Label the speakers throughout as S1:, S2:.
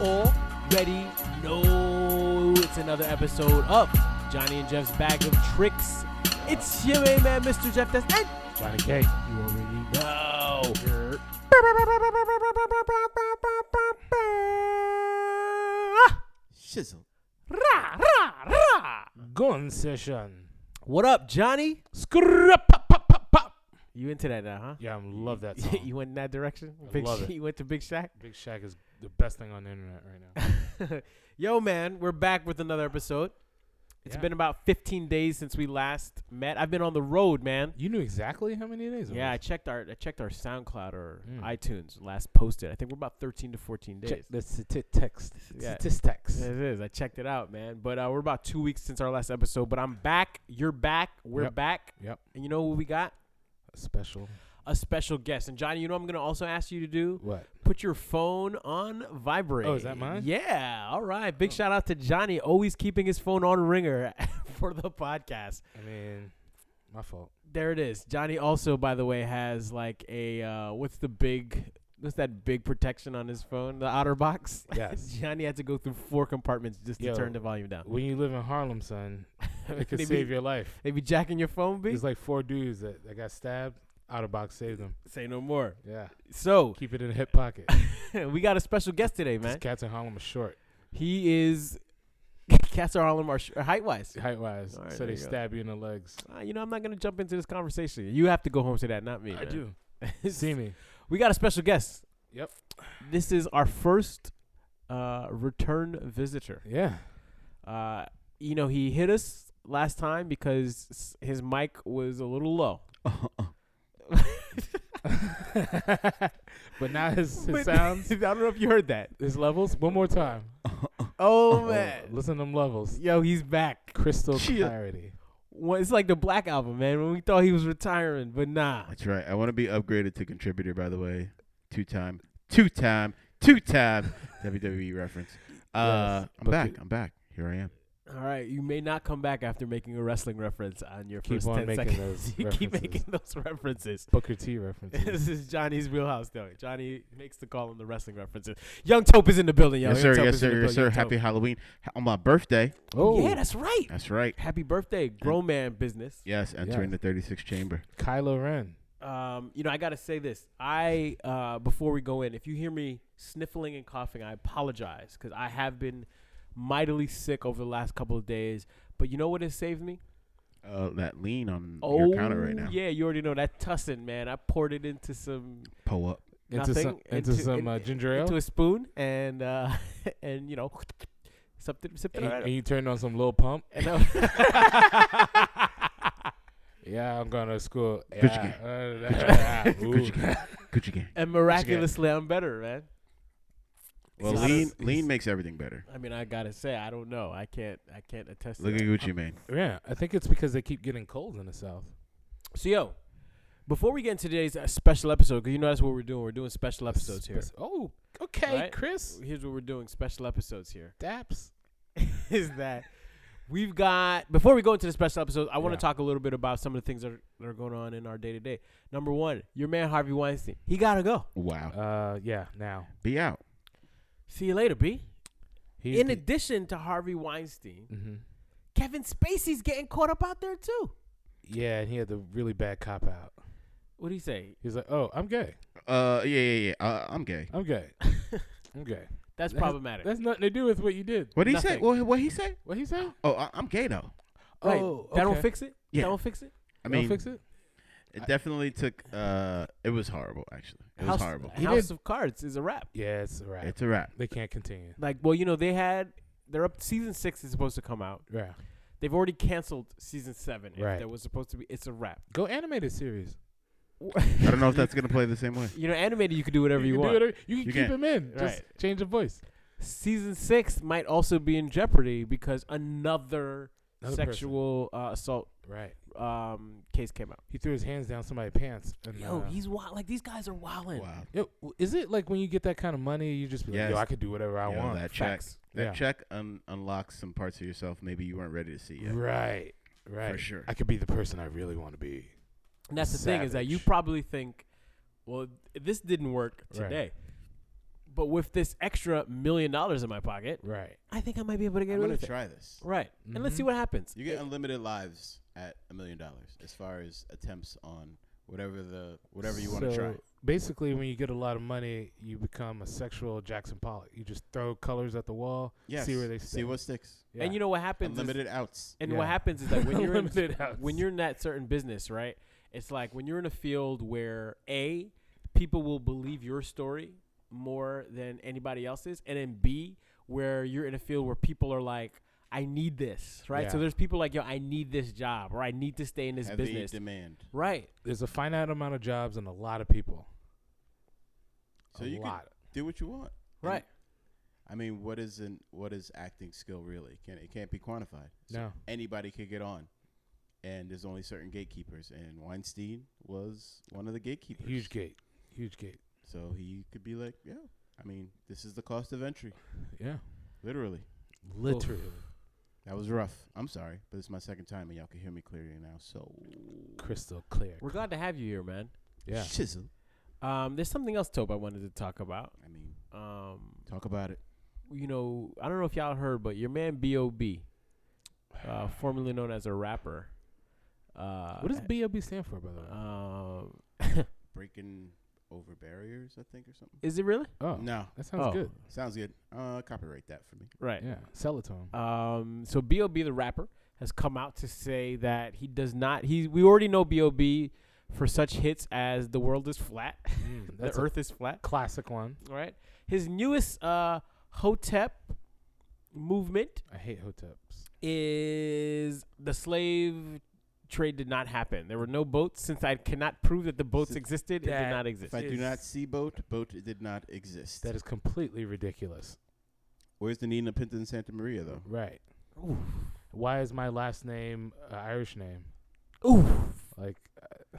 S1: already know it's another episode of Johnny and Jeff's Bag of Tricks. It's your main man, Mr. Jeff That's and Johnny K. You already know.
S2: Shizzle.
S1: Rah, rah, rah.
S3: gun session.
S1: What up, Johnny?
S3: Scrap, pop, pop, pop, pop.
S1: You into that now,
S3: Yeah, I love that
S1: huh?
S3: song.
S1: you went in that direction?
S3: I
S1: Big
S3: love
S1: Sh-
S3: it.
S1: You went to Big Shack?
S3: Big Shaq is the best thing on the internet right now.
S1: Yo, man, we're back with another episode. It's
S3: Yeah.
S1: been about 15 days since we last met. I've been on the road, man.
S3: You knew exactly how many days. It
S1: Yeah, I
S3: was.
S1: checked our I checked our SoundCloud or
S3: Mm.
S1: iTunes last posted. I think we're about 13 to 14 days.
S3: Check the stati- text.
S1: Yeah.
S3: Statistics.
S1: It is. I checked it out, man. But uh, we're about two weeks since our last episode. But I'm back. You're back. We're
S3: Yep.
S1: back.
S3: Yep.
S1: And you know what we got?
S3: Special.
S1: A special guest. And Johnny, you know what I'm gonna also ask you to do
S3: What?
S1: put your phone on vibrate.
S3: Oh, is that mine?
S1: Yeah. All right. Big
S3: Oh.
S1: shout out to Johnny, always keeping his phone on ringer for the podcast.
S3: I mean, my fault.
S1: There it is. Johnny also, by the way, has like a uh, what's the big what's that big protection on his phone? The OtterBox.
S3: Yes.
S1: Johnny had to go through four compartments just
S3: Yo.
S1: to turn the volume down.
S3: when you live in Harlem, son, it could
S1: They be-
S3: save your life.
S1: They be jacking your phone, B.
S3: There's like four dudes that, that got stabbed. Out of box saved them.
S1: Say no more.
S3: Yeah.
S1: So
S3: Keep it in a hip pocket.
S1: we got a special guest today,
S3: These
S1: man.
S3: cats in Harlem are short,
S1: He is Cats are Harlem are sh- height wise.
S3: height wise,
S1: All right,
S3: so
S1: there
S3: they
S1: you go.
S3: stab you in the legs.
S1: Uh, you know, I'm not gonna jump into this conversation. You have to go home to that, not me.
S3: I
S1: man.
S3: do. See me.
S1: We got a special guest.
S3: Yep.
S1: This is our first uh, return visitor.
S3: Yeah.
S1: Uh, you know, he hit us last time because s- his mic was a little low.
S3: but now his, his
S1: But-
S3: sounds,
S1: I don't know if you heard that.
S3: his levels. One more time.
S1: Oh
S3: Listen to them levels.
S1: yo, he's back.
S3: Crystal
S2: Chia.
S3: clarity.
S1: Well, it's like the Black album, man. When we thought he was retiring, but nah.
S2: That's right. I want to be upgraded to contributor, by the way. Two time, two time, two time WWE reference. Uh,
S3: Yes,
S2: I'm
S3: but
S2: back.
S3: the-
S2: I'm back. Here I am.
S1: All right, you may not come back after making a wrestling reference on your
S3: Keep
S1: first
S3: on
S1: ten
S3: making
S1: seconds.
S3: those
S1: you keep
S3: references.
S1: making those references.
S3: Booker T references.
S1: this is Johnny's wheelhouse, though. Johnny makes the call on the wrestling references. Young Tope is in the building, yo.
S2: yes,
S1: Young
S2: sir.
S1: Tope
S2: Yes,
S1: is in
S2: sir.
S1: the
S2: Yes,
S1: building.
S2: sir.
S1: Young
S2: Happy
S1: Tope.
S2: Halloween H- on my birthday.
S3: oh,
S1: Yeah, that's right.
S2: That's right.
S1: Happy birthday, grown man business.
S2: Yes, entering
S3: Yes.
S2: the 36th chamber.
S3: Kylo Ren.
S1: um, you know, I gotta say this. I uh, before we go in, if you hear me sniffling and coughing, I apologize because I have been mightily sick over the last couple of days. But you know what has saved me?
S2: Uh, that lean on
S3: Oh,
S2: your counter right now.
S1: yeah, you already know that tussin, man. I poured it into some
S2: Pull up.
S3: Into
S1: nothing,
S3: some, into some uh,
S1: in-
S3: ginger ale.
S1: into a spoon, and uh, and you know, sipped it, sipped it
S3: and,
S1: right up.
S3: and you turned on some little pump.
S1: And I-
S3: Yeah, I'm going to school.
S2: Gucci
S3: Yeah. Uh, ooh.
S2: Gucci gang. Gucci gang.
S1: and miraculously, I'm better, man.
S2: Well,
S1: So I don't-
S2: lean, lean makes everything better.
S1: I mean, I gotta say, I don't know. I can't. I can't attest. to
S2: Look at
S1: that.
S2: Gucci Mane.
S3: Yeah, I think it's because they keep getting colds in the South.
S1: So yo, before we get into today's uh, special episode, because you know that's what we're doing. We're doing special episodes here.
S3: Spec- Oh, okay,
S1: Right?
S3: Chris.
S1: Here's what we're doing: special episodes here.
S3: Daps.
S1: Is that we've got before we go into the special episodes, I want to
S3: Yeah.
S1: talk a little bit about some of the things that are, that are going on in our day to day. Number one, your man Harvey Weinstein, he gotta go.
S2: Wow.
S3: Uh, yeah. Now
S2: Be out.
S1: See you later, B.
S3: he
S1: in addition to Harvey Weinstein,
S3: hmm
S1: Kevin Spacey's getting caught up out there too.
S3: Yeah, and he had the really bad cop out.
S1: What do you say?
S3: He's like, "Oh, I'm gay.
S2: Uh, yeah, yeah, yeah. Uh, I'm gay.
S3: I'm gay. I'm gay."
S1: That's
S3: That's-
S1: problematic.
S3: That's nothing to do with what you did.
S2: What did he say?
S1: Nothing.
S2: What what he say?
S3: What he say?
S2: Oh, I, I'm gay though.
S1: right. That
S3: okay.
S1: don't fix it.
S2: Yeah.
S1: That don't fix it.
S2: Oh, I
S3: That'll
S2: mean,
S3: fix it.
S2: it
S3: I-
S2: definitely took. Uh, it was horrible. Actually, it was
S1: House,
S2: horrible.
S3: He
S1: House
S3: did-
S1: of Cards is a wrap.
S3: Yeah, it's a wrap.
S2: It's a wrap.
S3: they can't continue.
S1: Like, well, you know, they had they're up. Season six is supposed to come out.
S3: Yeah.
S1: They've already canceled season seven. If
S3: Right.
S1: That was supposed to be. It's a wrap.
S3: Go animated series.
S2: I don't know if that's gonna play the same way.
S1: You know, animated, you can do whatever you,
S3: can
S1: want.
S3: do whatever- you
S2: You
S3: can keep
S2: can.
S3: him in. Just
S1: Right.
S3: change the voice.
S1: Season six might also be in jeopardy because another,
S3: Another person.
S1: sexual uh, assault
S3: Right.
S1: um, case came out.
S3: He threw his hands down somebody's pants. And,
S1: Yo,
S3: uh,
S1: he's wild. Like these guys are wilding.
S2: Wow.
S3: Yo, w- is it like when you get that kind of money, you just be
S2: Yes.
S3: like, yo, I could do whatever I
S2: Yo,
S3: want.
S2: that check.
S1: Facts.
S2: That
S3: Yeah.
S2: check un- unlocks some parts of yourself maybe you weren't ready to see yet.
S3: Right. Right.
S2: For sure.
S3: I could be the person I really want to be.
S1: And that's the thing is that you
S3: Savage.
S1: probably think, well, th- this didn't work
S3: Right.
S1: today. But with this extra million dollars in my pocket,
S3: Right.
S1: I think I might be able to get
S4: I'm
S1: rid
S4: gonna
S1: of it.
S4: try this.
S1: Right, and let's see
S3: Mhm.
S1: what happens.
S4: You get unlimited lives at a million dollars as far as attempts on whatever the whatever you want to try.
S3: So, Basically, when you get a lot of money, you become a sexual Jackson Pollock. You just throw colors at the wall,
S4: Yes.
S3: see where they
S4: see
S3: stay.
S4: what sticks.
S3: Yeah.
S1: And you know what happens? is-
S4: Unlimited outs.
S1: and
S3: Yeah.
S1: what happens is that when you're in,
S3: Unlimited outs.
S1: when you're in that certain business, right? It's like when you're in a field where a people will believe your story more than anybody else's, and then b where you're in a field where people are like, "I need this," right? So
S3: Yeah.
S1: there's people like, "Yo, I need this job," or "I need to stay in this
S4: Heavy
S1: business,"
S4: demand.
S1: right?
S3: there's a finite amount of jobs and a lot of people.
S4: So
S3: a
S4: you can
S3: lot.
S4: do what you want. And,
S1: Right.
S4: I mean, what is an what is acting skill really? Can it can't be quantified. So
S3: No.
S4: anybody could get on. And there's only certain gatekeepers, and Weinstein was one of the gatekeepers.
S3: Huge gate. Huge gate.
S4: So he could be like, yeah, I mean, this is the cost of entry,
S3: Yeah.
S4: literally.
S3: Literally.
S4: That was rough. I'm sorry, but it's my second time, and y'all can hear me clearly now. So
S3: Crystal clear.
S1: We're glad to have you here, man.
S3: Yeah.
S4: chisel.
S1: Um, there's something else, Tope, I wanted to talk about.
S4: I mean,
S1: Um,
S4: talk about it.
S1: you know, I don't know if y'all heard, but your man B.O.B., uh, formerly known as a rapper. Uh,
S3: What does B.O.B. stand for, by the way?
S1: Um,
S4: Breaking over barriers, I think, or something.
S1: is it really?
S3: Oh,
S4: No,
S3: that sounds
S1: Oh.
S3: good.
S4: sounds good. Uh, copyright that for me.
S1: Right.
S3: Yeah, sell it to him.
S1: Um, so B.O.B. the rapper has come out to say that he does not. He we already know B.O.B. for such hits as "The World Is Flat,"
S3: Mm,
S1: "The
S3: that's a
S1: Earth Is Flat."
S3: classic one.
S1: Right. His newest uh, Hotep movement
S3: I hate hoteps.
S1: is the slave trade did not happen. There were no boats since I cannot prove that the boats
S4: Since
S1: existed. it did
S3: that-
S1: not
S4: If
S1: exist.
S4: I do
S3: is-
S4: not see boat, boat did not exist.
S3: That is completely ridiculous.
S4: Where's the Nina Pinta in Santa Maria though?
S3: Right. Why is my last name uh, Irish name?
S1: Ooh.
S3: Like, uh,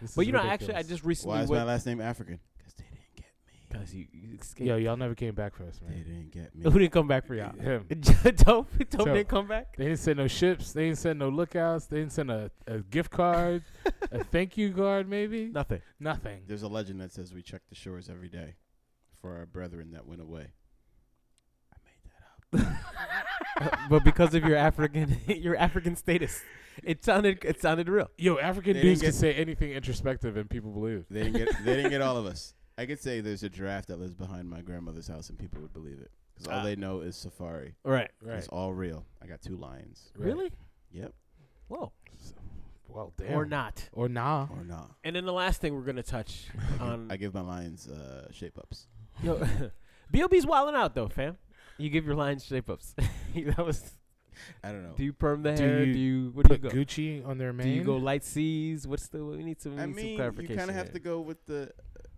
S3: this
S1: But
S3: is
S1: you know, actually, I
S3: ridiculous.
S1: just recently
S4: Why is my
S1: went
S4: last name African? Because they didn't get me.
S1: because you, you escaped.
S3: yo, y'all never came back for us,
S4: They
S3: man.
S4: didn't get
S1: Who
S4: me.
S1: didn't come back for y'all?
S3: Him.
S1: Dope, Dope
S3: So-
S1: didn't come back.
S3: They didn't send no ships. They didn't send no lookouts. They didn't send a, a gift card, a thank you card, maybe.
S1: Nothing.
S3: Nothing.
S4: There's a legend that says we check the shores every day for our brethren that went away. I made that up.
S1: Uh, but because of your African, your African status, it sounded it sounded real.
S3: Yo, African
S4: They didn't
S3: dudes can
S4: get-
S3: say anything introspective and people believe.
S4: They didn't get. they didn't get all of us. I could say there's a giraffe that lives behind my grandmother's house, and people would believe it because all
S1: Ah.
S4: they know is safari.
S1: Right.
S3: Right.
S4: It's all real. I got two lions.
S3: right.
S1: Really?
S4: Yep.
S1: Whoa.
S3: Well, damn.
S1: Or not.
S3: Or nah.
S4: Or not.
S1: And then the last thing we're gonna touch on.
S4: I give my lions uh, shape ups.
S1: Yo, B.O.B.'s wilding out though, fam. You give your lions shape ups. that was.
S4: I don't know.
S1: Do you perm the
S3: Do
S1: hair?
S3: you
S1: do you? What do you
S3: Put
S1: go?
S3: Gucci on their
S1: do
S3: man.
S1: you go light C's? What's the? We need some. We
S4: I
S1: need some
S4: mean, you
S1: clarification.
S4: kind of have to
S1: there.
S4: go with the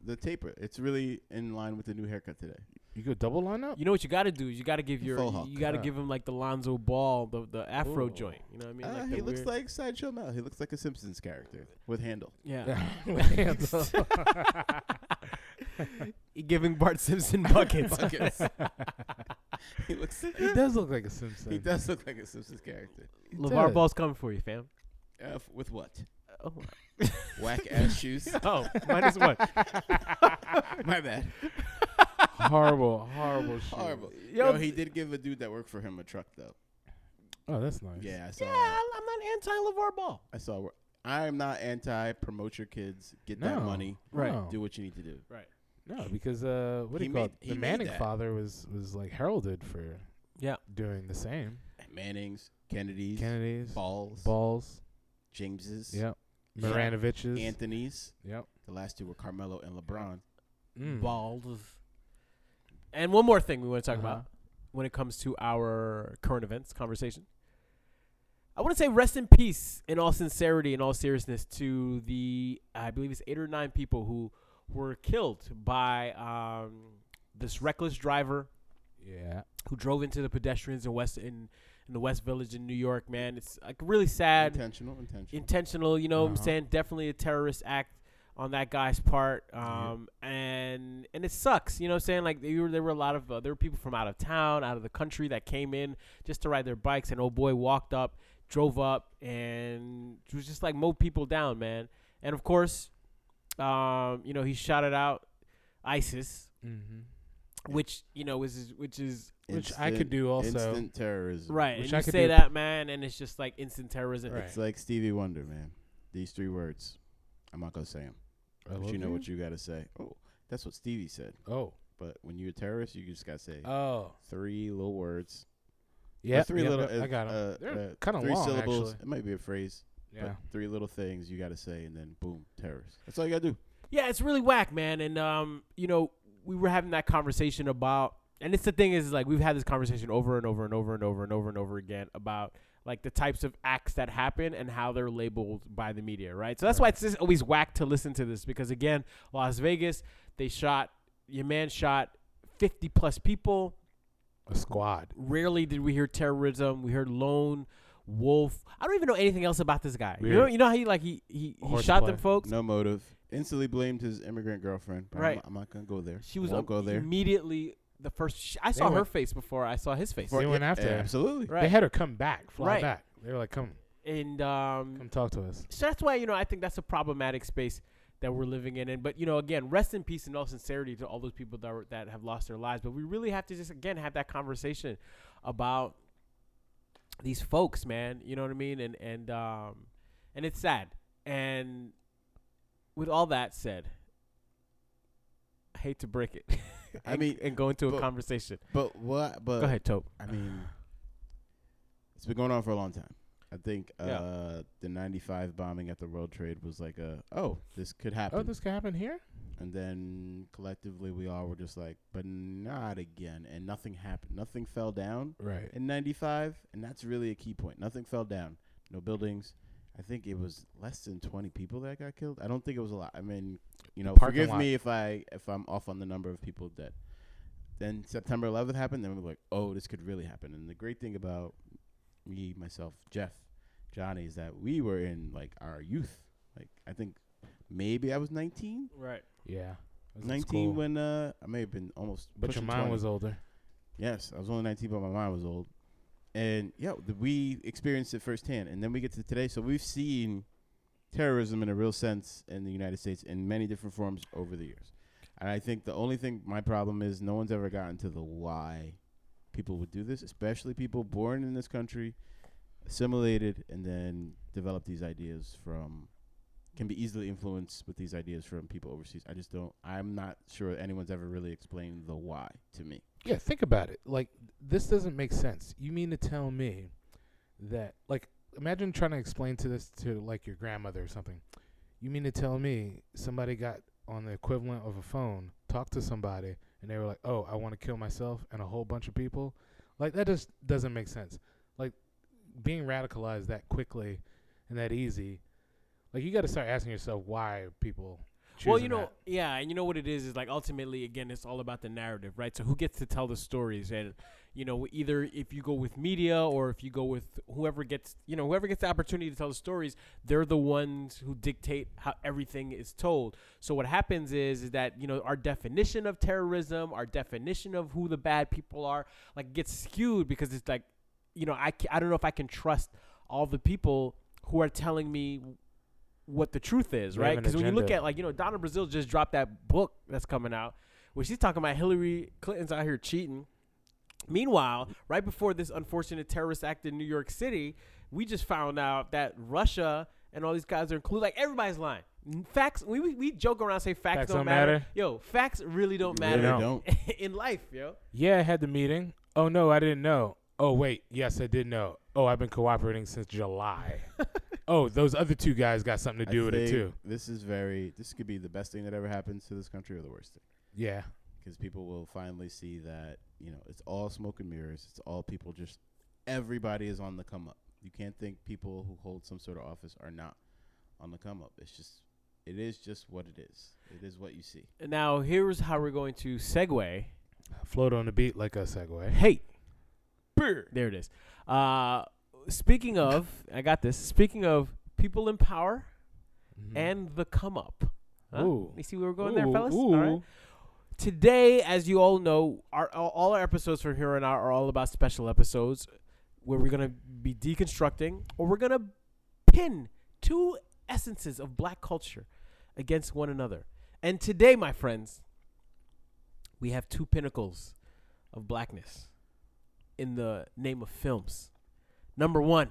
S4: the taper. It's really in line with the new haircut today.
S3: You go double line up?
S1: You know what you got to do? is You got to give your.
S4: Full
S1: You,
S4: hawk.
S1: got to
S3: Yeah.
S1: give him like the Lonzo Ball, the the Afro
S3: Ooh.
S1: joint. You know what I mean?
S4: Ah,
S1: like
S4: he
S1: the
S4: looks
S1: weird-
S4: like Sideshow Mel. He looks like a Simpsons character with handle.
S1: Yeah.
S3: Handle.
S1: giving Bart Simpson buckets.
S4: Buckets. he looks.
S3: he does look like a Simpson.
S4: He does look like a Simpsons character.
S3: He
S1: LeVar
S3: does.
S1: Ball's coming for you, fam.
S4: Uh, f- with what?
S1: Oh,
S4: Whack ass shoes.
S1: oh minus one.
S4: My bad.
S3: horrible, horrible shit.
S4: Horrible.
S1: Yo,
S4: Yo, he did give a dude that worked for him a truck though.
S3: Oh, that's nice.
S4: Yeah, I saw.
S1: Yeah,
S4: that.
S1: I'm I'm not anti LeVar Ball.
S4: I saw. where- I am not anti promote your kids, get that
S3: No.
S4: money,
S1: Right.
S3: No,
S4: do what you need to do.
S3: no because uh, what do
S4: He
S3: you call
S4: made-
S3: it?
S4: he
S3: The
S4: made
S3: Manning
S4: that.
S3: father was was like heralded for
S1: Yeah.
S3: doing the same.
S4: Mannings, Kennedys,
S3: Kennedy's
S4: Balls,
S3: balls.
S4: Jameses,
S3: Yep.
S4: Yeah.
S3: Miranovich's.
S4: Anthony's.
S3: Yep.
S4: The last two were Carmelo and LeBron.
S3: Mm.
S1: Balls. And one more thing we want to talk
S3: Uh-huh.
S1: about when it comes to our current events conversation. I want to say rest in peace, in all sincerity, in all seriousness, to the I believe it's eight or nine people who were killed by um, this reckless driver
S3: Yeah.
S1: who drove into the pedestrians in West in, in the West Village in New York. Man, it's like really sad
S4: intentional, intentional.
S1: intentional. You know what I'm
S3: Uh-huh.
S1: saying? Definitely a terrorist act on that guy's part. Um, and and it sucks. You know what I'm saying? Like there were there were a lot of uh, there were people from out of town, out of the country that came in just to ride their bikes, and old boy walked up, drove up, and was just like mowed people down, man. And of course, um, you know he shouted out ISIS.
S3: Mm-hmm.
S1: which you know is is- which is
S3: Which I could do also.
S4: Instant terrorism.
S1: right.
S3: Which
S1: and
S3: I
S1: you
S3: could
S1: say
S3: do-
S1: that, man, and it's just like instant terrorism.
S3: Right.
S4: It's like Stevie Wonder, man. These three words. I'm not gonna say them,
S3: I
S4: Uh, but
S3: love
S4: you know what you gotta say. Oh, that's what Stevie said.
S3: Oh,
S4: But when you're a terrorist, you just gotta say
S3: oh,
S4: three little words. Or
S3: yeah.
S4: three
S3: yeah,
S4: little.
S3: I got 'em.
S4: uh,
S3: They're
S4: uh,
S3: kinda
S4: three
S3: long,
S4: syllables.
S3: actually.
S4: It might be a phrase.
S3: yeah.
S4: But three little things you gotta say, and then boom, terrorist. That's all you gotta do.
S1: Yeah, it's really whack, man. And um, you know, we were having that conversation about, and it's the thing is like we've had this conversation over and over and over and over and over and over again about like the types of acts that happen and how they're labeled by the media, right? So that's why it's just always whack to listen to this because again, Las Vegas, they shot your man shot fifty plus people
S3: A squad.
S1: rarely did we hear terrorism. We heard lone wolf. I don't even know anything else about this guy. You
S3: Weird.
S1: know, you know how he like he he, he shot
S3: Horseplay.
S1: them folks.
S4: No motive. Instantly blamed his immigrant girlfriend. but I'm-
S1: Right.
S4: I'm, not gonna go there.
S1: She was
S4: Won't
S1: up
S4: go there.
S1: immediately. The first sh- I saw her
S3: went-
S1: face before I saw his face.
S3: They went
S4: yeah,
S3: after her.
S4: Absolutely.
S1: Right.
S3: They had her come back, fly
S1: Right.
S3: back. They were like, "Come,
S1: And
S3: come
S1: um,
S3: talk to us."
S1: so that's why you know I think that's a problematic space that we're living in. And but you know again, rest in peace and all sincerity to all those people that were, that have lost their lives. But we really have to just again have that conversation about these folks, man. You know what I mean? And and um, and it's sad. And with all that said, I hate to break it.
S4: I
S1: and-
S4: mean,
S1: and go into a
S4: but-
S1: conversation.
S4: But what? But
S1: go ahead, Tope.
S4: I mean, it's been going on for a long time. I think uh,
S1: Yeah.
S4: the '95 bombing at the World Trade was like a oh this could happen,
S3: Oh, this could happen here.
S4: and then collectively we all were just like, but not again, and nothing happened. Nothing fell down
S3: Right.
S4: in '95, and that's really a key point. Nothing fell down. No buildings. I think it was less than 20 people that got killed. I don't think it was a lot. I mean, you know,
S3: Parking
S4: forgive
S3: lot.
S4: me if I if I'm off on the number of people that. Then September 11th happened. Then we were like, oh, this could really happen. And the great thing about me, myself, Jeff, Johnny, is that we were in like our youth. Like I think maybe I was 19,
S1: Right.
S3: Yeah. I was in
S4: 19
S3: school,
S4: when uh I may have been almost.
S3: but your
S4: pushing
S3: mind
S4: 20.
S3: was older.
S4: Yes, I was only 19, but my mind was old. And yeah, th- we experienced it firsthand. And then we get to today. So we've seen terrorism in a real sense in the United States in many different forms over the years. And I think the only thing, my problem is, no one's ever gotten to the why people would do this, especially people born in this country, assimilated, and then develop these ideas from, can be easily influenced with these ideas from people overseas. I just don't, I'm not sure anyone's ever really explained the why to me.
S3: Yeah, think about it. Like this doesn't make sense. You mean to tell me that like imagine trying to explain to this to like your grandmother or something. You mean to tell me somebody got on the equivalent of a phone, talked to somebody and they were like, "Oh, I want to kill myself and a whole bunch of people." Like that just doesn't make sense. Like being radicalized that quickly and that easy. Like you got to start asking yourself why are people
S1: Well, you
S3: choosing
S1: know,
S3: that?
S1: yeah, and you know what it is is like ultimately, again, it's all about the narrative, right? So who gets to tell the stories, and you know, either if you go with media or if you go with whoever gets, you know, whoever gets the opportunity to tell the stories, they're the ones who dictate how everything is told. So what happens is, is that you know our definition of terrorism, our definition of who the bad people are, like gets skewed because it's like, you know, I ca- I don't know if I can trust all the people who are telling me what the truth is,
S3: They
S1: right?
S3: have an
S1: Because when you look
S3: agenda.
S1: at like you know Donna Brazil just dropped that book that's coming out, where she's talking about Hillary Clinton's out here cheating. Meanwhile, right before this unfortunate terrorist act in New York City, we just found out that Russia and all these guys are included. Like everybody's lying. Facts. We we, we joke around say facts,
S3: Facts
S1: don't,
S3: don't
S1: matter.
S3: matter.
S1: Yo, facts really don't matter
S4: Really
S3: don't.
S4: don't.
S1: in life, yo.
S3: Yeah, I had the meeting. Oh no, I didn't know. Oh wait, yes, I did know. Oh, I've been cooperating since July. oh, those other two guys got something to
S4: I
S3: do with it
S4: think
S3: too.
S4: This is very. This could be the best thing that ever happens to this country, or the worst thing,
S3: Yeah,
S4: because people will finally see that you know it's all smoke and mirrors. It's all people just. Everybody is on the come up. You can't think people who hold some sort of office are not on the come up. It's just. It is just what it is. It is what you see.
S1: Now here's how we're going to segue.
S3: float on the beat like a segue.
S1: Hate. There it is. Uh, speaking of, I got this. Speaking of people in power and the come up. Huh?
S3: Hmm. Mm-hmm. Ooh.
S1: You see where we're going there,
S3: Ooh,
S1: fellas? All right.
S3: ooh.
S1: Today, as you all know, our all- all our episodes from here on out are all about special episodes where we're gonna be deconstructing or we're gonna pin two essences of black culture against one another. And today, my friends, we have two pinnacles of blackness in the name of films. Number one,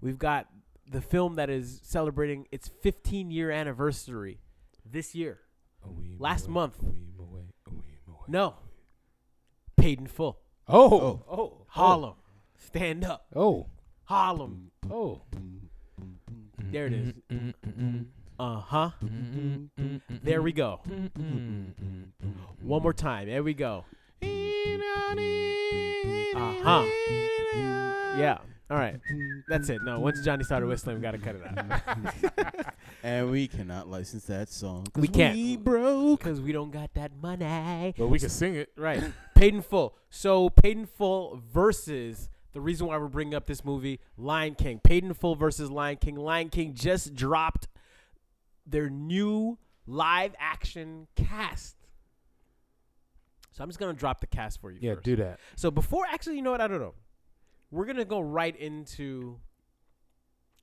S1: we've got the film that is celebrating its 15 year anniversary this year.
S3: A weem
S1: Last
S3: away,
S1: month.
S3: a weem away, a weem away.
S1: No, paid in full.
S3: Oh. Oh.
S1: Oh, Harlem, stand up,
S3: Oh.
S1: Harlem.
S3: oh. Mm-hmm.
S1: There it is.
S3: Mm-mm-mm-mm.
S1: Uh huh.
S3: Mm-mm-mm-mm.
S1: There we go.
S3: Mm-mm-mm-mm.
S1: One more time. There we go. Uh
S3: Uh-huh.
S1: huh. Yeah. All right. That's it. No, once Johnny started whistling, we gotta cut it out
S4: And we cannot license that song. 'cause
S1: We can't.
S4: We broke.
S1: because we don't got that money.
S3: But we can sing it.
S1: Right. Paid in full. So paid in full versus the reason why we're bringing up this movie, Lion King. Paid in full versus Lion King. Lion King just dropped their new live action cast. So I'm just gonna drop the cast for you.
S3: Yeah,
S1: first.
S3: do that.
S1: So before, actually, you know what? I don't know. We're gonna go right into.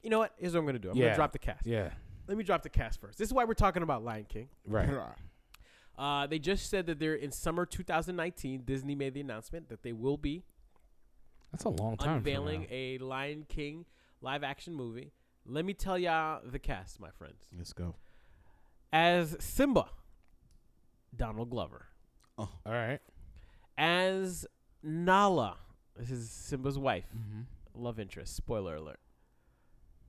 S1: You know what? Here's what I'm gonna do. I'm
S3: Yeah.
S1: gonna drop the cast.
S3: Yeah.
S1: Let me drop the cast first. This is why we're talking about Lion King.
S3: Right.
S1: Uh, they just said that they're in summer 2019. Disney made the announcement that they will be
S3: That's a long time. from
S1: unveiling
S3: now.
S1: a Lion King live action movie. Let me tell y'all the cast, my friends.
S4: Let's go.
S1: As Simba, Donald Glover.
S3: All right.
S1: As Nala, this is Simba's wife,
S3: Mm-hmm.
S1: love interest. Spoiler alert.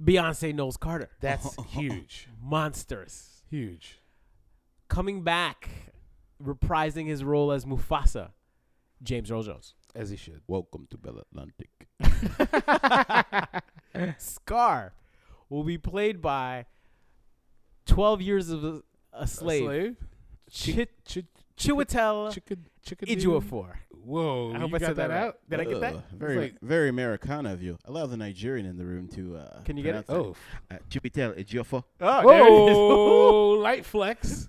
S1: Beyonce Knowles Carter.
S3: That's huge.
S1: Monsters.
S3: Huge.
S1: Coming back, reprising his role as Mufasa, James Earl Jones.
S3: As he should.
S4: Welcome to Bell Atlantic.
S1: Scar will be played by 12 years of a, a slave,
S3: slave?
S1: Chit-
S3: Ch-
S1: Chiwetel
S3: chicken. Chicken.
S1: Ejiofor.
S3: Whoa.
S1: I hope
S3: you
S1: I
S3: got
S1: said that
S3: that
S1: right.
S3: out?
S1: Did I get that?
S4: Ugh, Uh, Very,
S3: like-
S4: very Americana of you. Allow the Nigerian in the room to. Uh,
S1: Can you get it?
S4: pronounce
S3: Oh.
S2: Uh, Jupiter, it's your fault.
S1: Oh,
S3: Whoa. Light flex.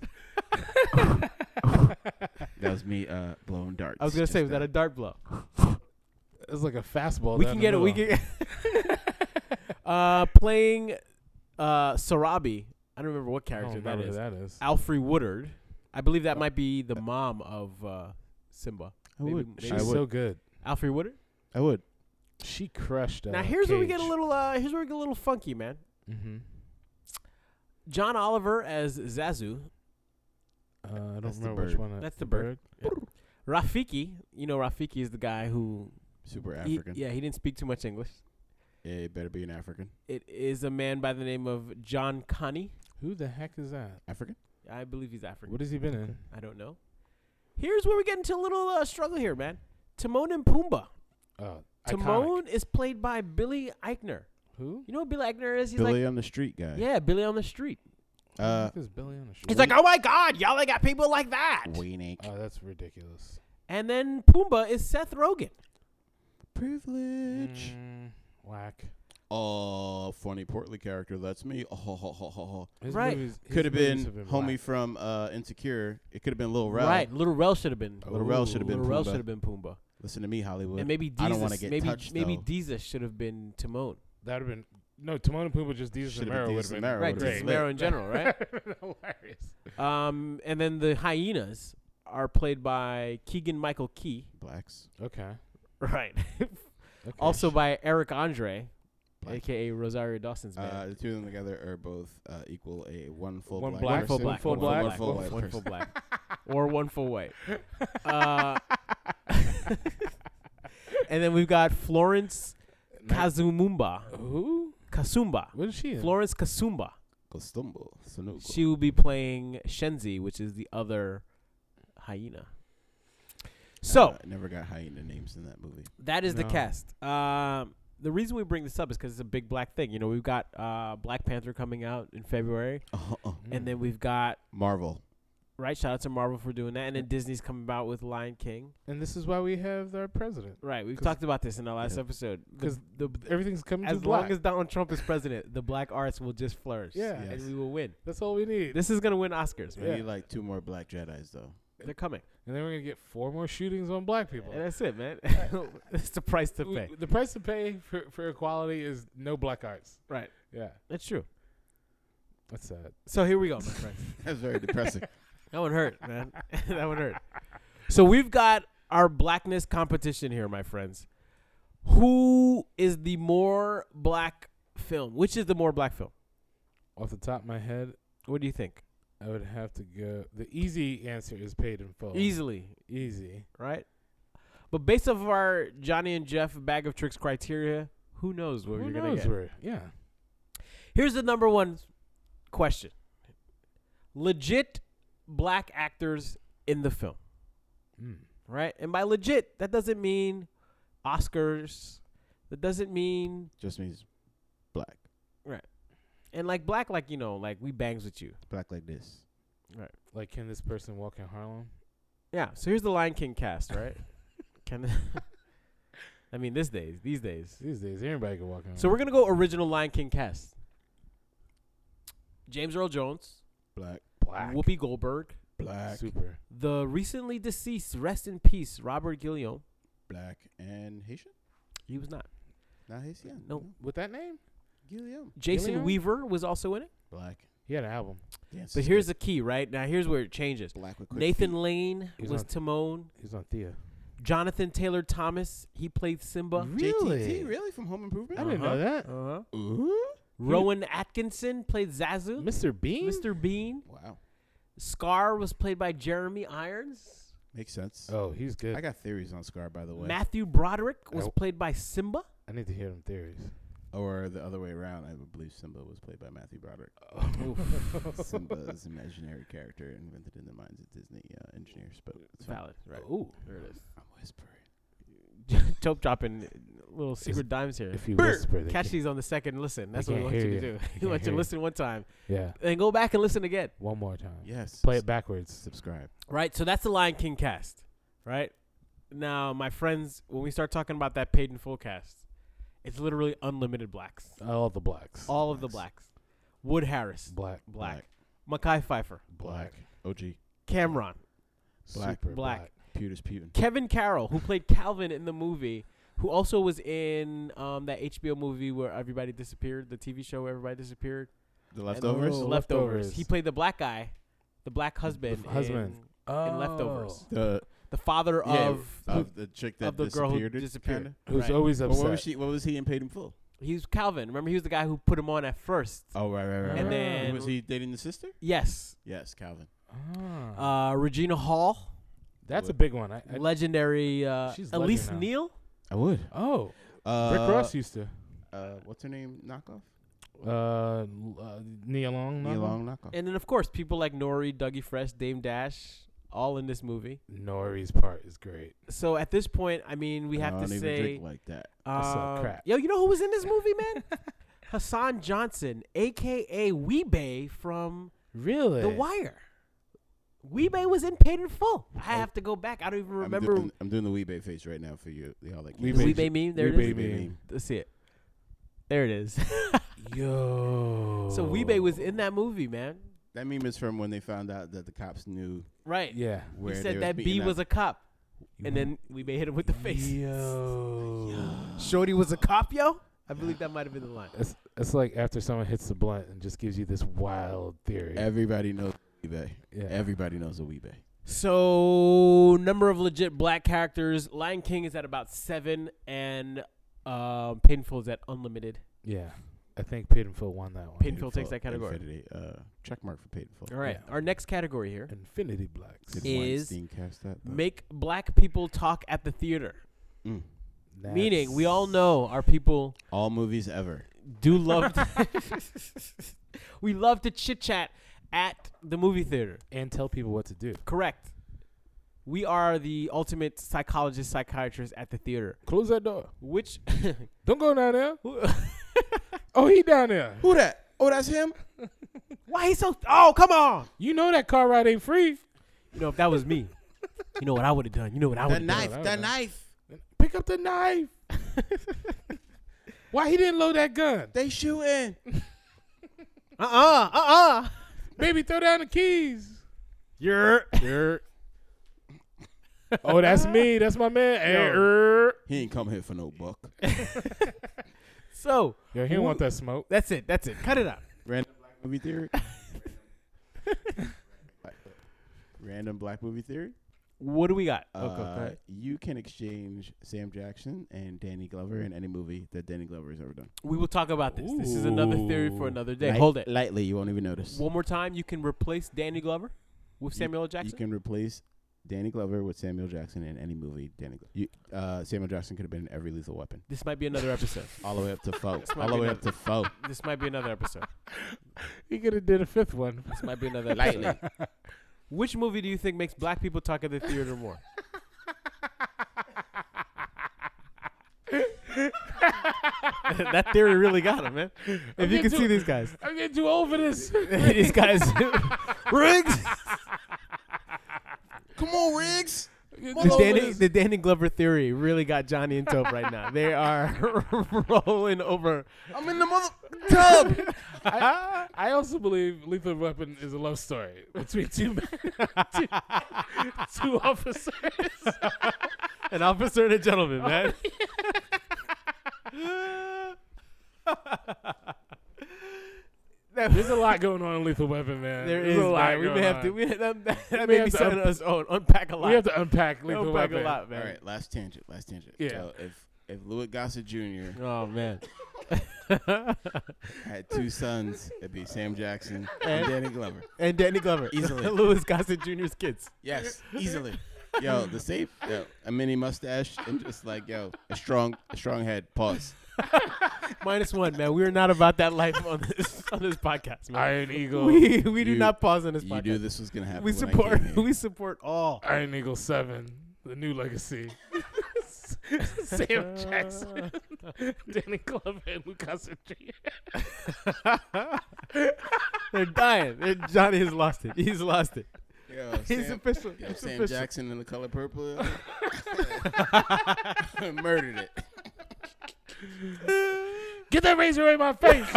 S2: That was me uh, blowing darts.
S1: I was gonna
S2: just
S4: uh,
S1: say, was that
S2: now.
S1: a dart blow?
S3: It's like a fastball.
S1: we can
S3: down the
S1: get it. We
S3: middle.
S1: can. uh, playing uh, Sarabi. I don't remember what
S3: I don't
S1: character that
S3: remember
S1: is.
S3: Oh, That Uh, is.
S1: Alfre Woodard. I believe that might be the mom of uh, Simba.
S4: I
S1: Maybe-
S4: would.
S1: maybe-
S3: She's
S4: I would.
S3: so good.
S1: Alfre Woodard.
S4: I would.
S3: She crushed. Uh,
S1: now here's where we get a
S3: Cage.
S1: little. Uh, here's where we get a little funky, man.
S3: Mhm.
S1: John Oliver as Zazu.
S3: Uh, I don't
S4: That's the
S3: remember which
S4: bird.
S3: one. that-
S1: That's the bird. Rafiki. You know, Rafiki is the guy who.
S4: Super
S1: he-
S4: African.
S1: E- yeah, he didn't speak too much English.
S4: yeah, you better be an African.
S1: It is a man by the name of John Connie.
S3: Who the heck is that?
S4: African?
S1: I believe he's African.
S3: What has he been in?
S1: I don't know. Here's where we get into a little uh, struggle here, man. Timon and Pumbaa.
S3: Oh, iconic.
S1: Timon is played by Billy Eichner.
S3: Who?
S1: You know what Billy Eichner is? He's
S4: Billy
S1: like,
S4: on the street guy.
S1: yeah, Billy on the street.
S3: Who the
S4: Uh,
S3: heck is Billy on the show?
S1: He's like, oh my God, y'all ain't got people like that.
S4: Weenick.
S1: Uh,
S3: Oh, that's ridiculous.
S1: And then Pumbaa is Seth Rogen.
S4: Privilege.
S3: Mm, whack.
S4: Oh, funny portly character. That's me. Oh, ho, ho, ho, ho, ho.
S3: His
S1: Right.
S3: movies- his
S4: could have
S3: movies
S4: been, homie
S3: whack.
S4: from uh, Insecure. It could have been Lil Rel.
S1: Right, Little Rel should have been.
S4: Lil Rel should have Oh, been
S1: Little Rel
S4: Pumbaa.
S1: should have been Pumbaa.
S4: Listen to me, Hollywood.
S1: And maybe Deezus,
S4: I don't wanna get
S1: maybe
S4: touched,
S1: maybe
S4: though.
S1: Deezus should have been Timon.
S3: That would have been no Timon and Pumbaa. Just Desus and
S4: Should've been
S3: Mero would
S4: Desus
S3: have been
S4: and Mero
S1: Right,
S4: would've
S1: just
S4: been
S1: Mero in general, right?
S3: Hilarious.
S1: um, and then the hyenas are played by Keegan Michael Key,
S4: Blacks.
S3: Okay.
S1: right?
S3: okay.
S1: also by Eric Andre,
S4: Black.
S1: aka Rosario Dawson's man.
S4: Uh, the two of them together are both uh, equal a one full
S3: One
S4: black,
S1: one
S3: black,
S1: full
S4: person,
S1: black,
S3: full
S1: one full
S3: black,
S1: black,
S4: one full
S1: one
S4: white
S1: full
S4: person.
S1: black, or one full white. Uh, and then we've got Florence
S3: Now-
S1: Kazumumba,
S3: who?
S1: Kasumba,
S3: What is she in?
S1: Florence Kasumba.
S4: Costumbo, Sunugo.
S1: She will be playing Shenzi, which is the other hyena. So
S4: Uh, I never got hyena names in that movie.
S1: that is the
S3: No.
S1: cast. Um, the reason we bring this up is because it's a big black thing. You know, we've got uh, Black Panther coming out in February,
S4: Oh, oh.
S3: Hmm. Mm.
S1: and then we've got
S4: Marvel.
S1: right. Shout out to Marvel for doing that, and then Disney's coming out with Lion King.
S3: and this is why we have our president.
S1: Right, we've
S3: 'Cause-
S1: talked about this in our last
S4: Yeah.
S1: episode.
S3: 'Cause
S1: Because the, the
S3: Everything's coming to
S1: as
S3: the
S1: long
S3: black.
S1: as Donald Trump is president, the black arts will just flourish.
S3: Yeah.
S1: and
S4: Yes.
S1: we will win.
S3: that's all we need.
S1: This is gonna win Oscars,
S4: We
S1: man.
S3: Yeah.
S4: need like two more black Jedi's though.
S1: They're coming,
S3: and then we're gonna get four more shootings on black people.
S1: and that's it, man. That's the price to
S3: W-
S1: pay.
S3: The price to pay for, for equality is no black arts.
S1: Right,
S3: Yeah,
S1: that's true.
S3: that's sad.
S1: So here we go, my friends.
S4: That's very depressing.
S1: That one hurt, man. that one hurt. So we've got our blackness competition here, my friends. Who is the more black film? Which is the more black film?
S3: Off the top of my head,
S1: What do you think?
S3: I would have to go. The easy answer is paid in full.
S1: Easily,
S3: Easy.
S1: right? But based off of our Johnny and Jeff bag of tricks criteria, who knows what
S3: Who
S1: you're gonna
S3: knows
S1: get?
S3: where? Yeah.
S1: Here's the number one question: Legit black actors in the film,
S3: Mm.
S1: right? And by legit, that doesn't mean Oscars. That doesn't mean
S4: Just means black.
S1: and like black, like you know, like we bangs with you.
S4: Black like this.
S3: Like, can this person walk in Harlem?
S1: Yeah. So here's the Lion King cast, right? Can I mean this days, these days.
S3: These days, anybody can walk in.
S1: So we're gonna go original Lion King cast. James Earl Jones,
S4: Black.
S3: black.
S1: Whoopi Goldberg,
S4: Black.
S3: Super.
S1: the recently deceased, rest in peace, Robert Guillaume.
S4: Black and Haitian?
S1: He was not.
S4: Not Haitian.
S1: No.
S3: With that name,
S4: Guillaume.
S1: Jason
S3: Gilliam?
S1: Weaver was also in it.
S4: Black.
S3: he had an album.
S4: Dances
S1: But
S4: with
S1: here's the key, right? Now here's where it changes.
S4: black with quick
S1: Nathan
S4: feet.
S1: Lane
S3: He's
S1: was
S3: not-
S1: Timon.
S3: He was on Thea.
S1: Jonathan Taylor Thomas, he played Simba.
S4: JTT, really? From Home Improvement?
S3: I didn't know that.
S1: Uh-huh.
S4: Ooh.
S1: Rowan Atkinson played Zazu.
S3: Mr. Bean.
S1: Mr. Bean.
S4: Wow.
S1: Scar was played by Jeremy Irons.
S4: Makes sense.
S3: Oh, he's good.
S4: I
S3: I,
S4: got theories on Scar, by the way.
S1: Matthew Broderick was
S3: Oh.
S1: played by Simba.
S3: need to hear them theories.
S4: or the other way around. I believe Simba was played by Matthew Broderick. Simba is an imaginary character invented in the minds of Disney uh, engineers. But it's fine.
S1: Valid, right?
S3: Ooh.
S1: There it
S4: I'm whispering.
S1: is. Dope dropping little secret dimes here.
S3: If you
S1: Brr!
S3: whisper, they
S1: Catch
S3: can't-
S1: these on the second listen. That's
S3: They
S1: what we
S3: can't
S1: want you to do.
S3: hear you. They
S1: We want
S3: can't
S1: you to
S3: hear you.
S1: listen one time,
S3: Yeah.
S1: then go back and listen again.
S3: One more time.
S4: Yes.
S3: Play it backwards.
S4: Subscribe.
S1: Right. So that's the Lion King cast. Right. Now, my friends, when we start talking about that paid in full cast, it's literally unlimited blacks.
S3: All the blacks.
S1: All of the blacks. Wood Harris,
S3: black.
S1: black. Mackay Pfeiffer,
S4: Black. OG.
S1: Cameron,
S4: Black.
S3: Super
S1: Black.
S3: black.
S4: Pewter's Putin.
S1: Kevin Carroll, who played Calvin in the movie, who also was in um, that HBO movie where everybody disappeared, the TV show where everybody disappeared.
S4: The
S1: And-
S4: leftovers?
S1: The
S3: Oh,
S1: leftovers.
S3: Leftovers.
S1: He played the black guy, the black husband.
S3: husband.
S1: in-
S3: Oh.
S1: Leftovers.
S4: The
S1: the father
S4: yeah,
S1: of.
S4: of the chick that
S1: of the girl
S4: disappeared.
S1: who disappeared.
S4: kinda.
S3: Who's
S1: Right.
S3: always
S4: But
S3: upset.
S4: what was she? What was he in Paid in Full?
S1: He's Calvin. Remember, he was the guy who put him on at first.
S4: Oh right, right, right.
S1: And
S3: Uh,
S4: right.
S1: then-
S4: was he dating the sister?
S1: Yes.
S4: Yes, Calvin.
S3: Ah.
S1: Uh, Regina Hall,
S3: That's a big one. I, I,
S1: legendary. Uh,
S3: She's
S1: Elise
S3: legend now.
S1: Neal.
S4: I would.
S3: oh,
S4: Uh,
S3: Rick Ross used to.
S4: Uh, what's her name? Knockoff.
S3: Uh, uh Nia Long.
S4: Neil
S3: Nana?
S4: Long knockoff.
S1: And then, of course, people like Nori, Dougie Fresh, Dame Dash, all in this movie.
S3: Nori's part is great.
S1: So at this point, I mean, we have
S4: I
S1: to
S4: don't even
S1: say,
S4: drink like that.
S3: saw
S1: um,
S3: crap.
S1: yo, you know who was in this movie, man? Hassan Johnson, aka Weebay from
S3: Really?
S1: The Wire. Weebay was in Paid in Full. I have to go back. I don't even remember
S4: I'm, doing- I'm doing the Weebay face right now for you. Y'all like
S1: the
S3: Weebay.
S1: Weebay meme. There it is.
S3: Weebay meme.
S1: Let's see it. There it is.
S3: Yo.
S1: so Weebay was in that movie, man.
S4: That meme is from when they found out that the cops knew
S1: Right.
S3: Yeah.
S4: where
S1: he
S4: they
S1: said
S4: was
S1: that B
S4: beating up.
S1: was a cop, and then Weebay hit him with the face.
S3: Yo.
S1: Shorty was a cop, yo. I believe that might have been the line.
S3: It's, it's like after someone hits the blunt and just gives you this wild theory.
S4: Everybody knows Weebay.
S3: yeah.
S4: Everybody knows a Weebay.
S1: So number of legit black characters. Lion King is at about seven, and um, Painful is at unlimited.
S3: yeah. I think Paid in Full won that one.
S1: Paid- Paid in Full takes that category.
S4: Infinity, uh, check mark for Paid in Full.
S1: All right,
S3: Yeah.
S1: our next category here:
S3: Infinity Blacks.
S4: Did
S1: It- Is
S4: Weinstein cast that? though?
S1: make black people talk at the theater.
S4: Mm.
S1: Meaning, we all
S3: That's-
S1: know our people
S4: All movies ever.
S1: do love. we love to chit chat at the movie theater.
S3: And tell people what to do.
S1: Correct. We are the ultimate psychologist, psychiatrist at the theater.
S3: Close that door.
S1: Which
S3: Don't go down there. Oh, he down there.
S4: Who that? Oh, that's him.
S1: Why he so? Oh, come on!
S3: You know that car ride ain't free.
S1: You know, if that was me, you know what I would have done. You know what I would
S4: The
S1: have done.
S4: knife.
S3: that
S4: The
S3: was-
S4: knife.
S3: Pick up the knife. Why he didn't load that gun?
S4: They shooting.
S1: Uh uh uh uh.
S3: Baby, throw down the keys.
S1: You're
S3: Oh, that's me. That's my man. Hey, er.
S4: He ain't come here for no buck.
S1: so
S3: Yo, he don't want that smoke.
S1: that's it. That's it. Cut it out.
S4: Random black movie theory. Random black movie theory.
S1: What do we got?
S4: Uh,
S1: Okay, okay.
S4: You can exchange Sam Jackson and Danny Glover in any movie that Danny Glover has ever done.
S1: We will talk about this. This is another theory for
S3: Ooh.
S1: another day.
S4: Light-
S1: Hold it.
S4: Lightly, you won't even notice.
S1: One more time. You can replace Danny Glover with
S4: You-
S1: Samuel L.
S4: you
S1: Jackson.
S4: can replace Danny Glover with Samuel Jackson in any movie. Danny Glo- you, uh, Samuel Jackson could have been in every Lethal Weapon,
S1: This might be another episode.
S4: all the way up to Foe,
S1: This might
S4: all the
S1: be
S4: way up to Foe.
S1: this might be another episode.
S3: He could have did a fifth one.
S1: This might be another episode. Which movie do you think makes black people talk at the theater more? that theory really got him, man. If you
S3: Okay,
S1: can
S3: so-
S1: see these guys,
S3: I'm getting too old for this.
S1: these guys, Riggs,
S4: Come on, Riggs.
S1: the Danny, the Danny Glover theory really got Johnny and Tope right now. They are rolling over.
S4: I'm in the mother tub.
S3: I, I also believe Lethal Weapon is a love story between two men, two, two officers.
S1: An officer and a gentleman, man.
S3: There's a lot going on in Lethal Weapon, man.
S1: There
S3: There's
S1: is.
S3: a lot
S1: man. We may
S3: going
S1: have
S3: on.
S1: to. We, that that, that
S3: may
S1: may be
S3: have to
S1: something
S3: up-
S1: us own. Unpack a lot.
S3: We have to unpack Lethal
S1: unpack
S3: Weapon.
S1: a lot,
S4: all
S1: man.
S4: right, last tangent. Last tangent.
S3: Yeah.
S4: So if if Louis Gossett Jr.
S1: Oh man. Oh,
S4: had two sons, it'd be Sam Jackson
S1: And-
S4: and Danny Glover.
S1: and Danny Glover,
S4: Easily.
S1: Louis Gossett Jr.'s kids.
S4: Yes, easily. Yo, the safe. Yo, a mini mustache and just like yo, a strong, a strong head. Pause.
S1: Minus one, man. We are not about that life on this on this podcast, man.
S3: Iron Eagle.
S1: We we do
S4: You-
S1: not pause on this
S4: You knew
S1: podcast.
S4: this was gonna happen.
S1: We
S4: when I
S1: support
S4: came here.
S1: we support all.
S3: Iron Eagle 7, The New Legacy. Sam Jackson, Danny Glover, and Lucas
S1: They're dying. They're, Johnny has lost it. He's lost it.
S4: Yo,
S1: He's
S4: Sam,
S1: official.
S4: yo,
S1: It's
S4: Sam
S1: official.
S4: Jackson in the color purple. Murdered it.
S3: Get that razor away my face.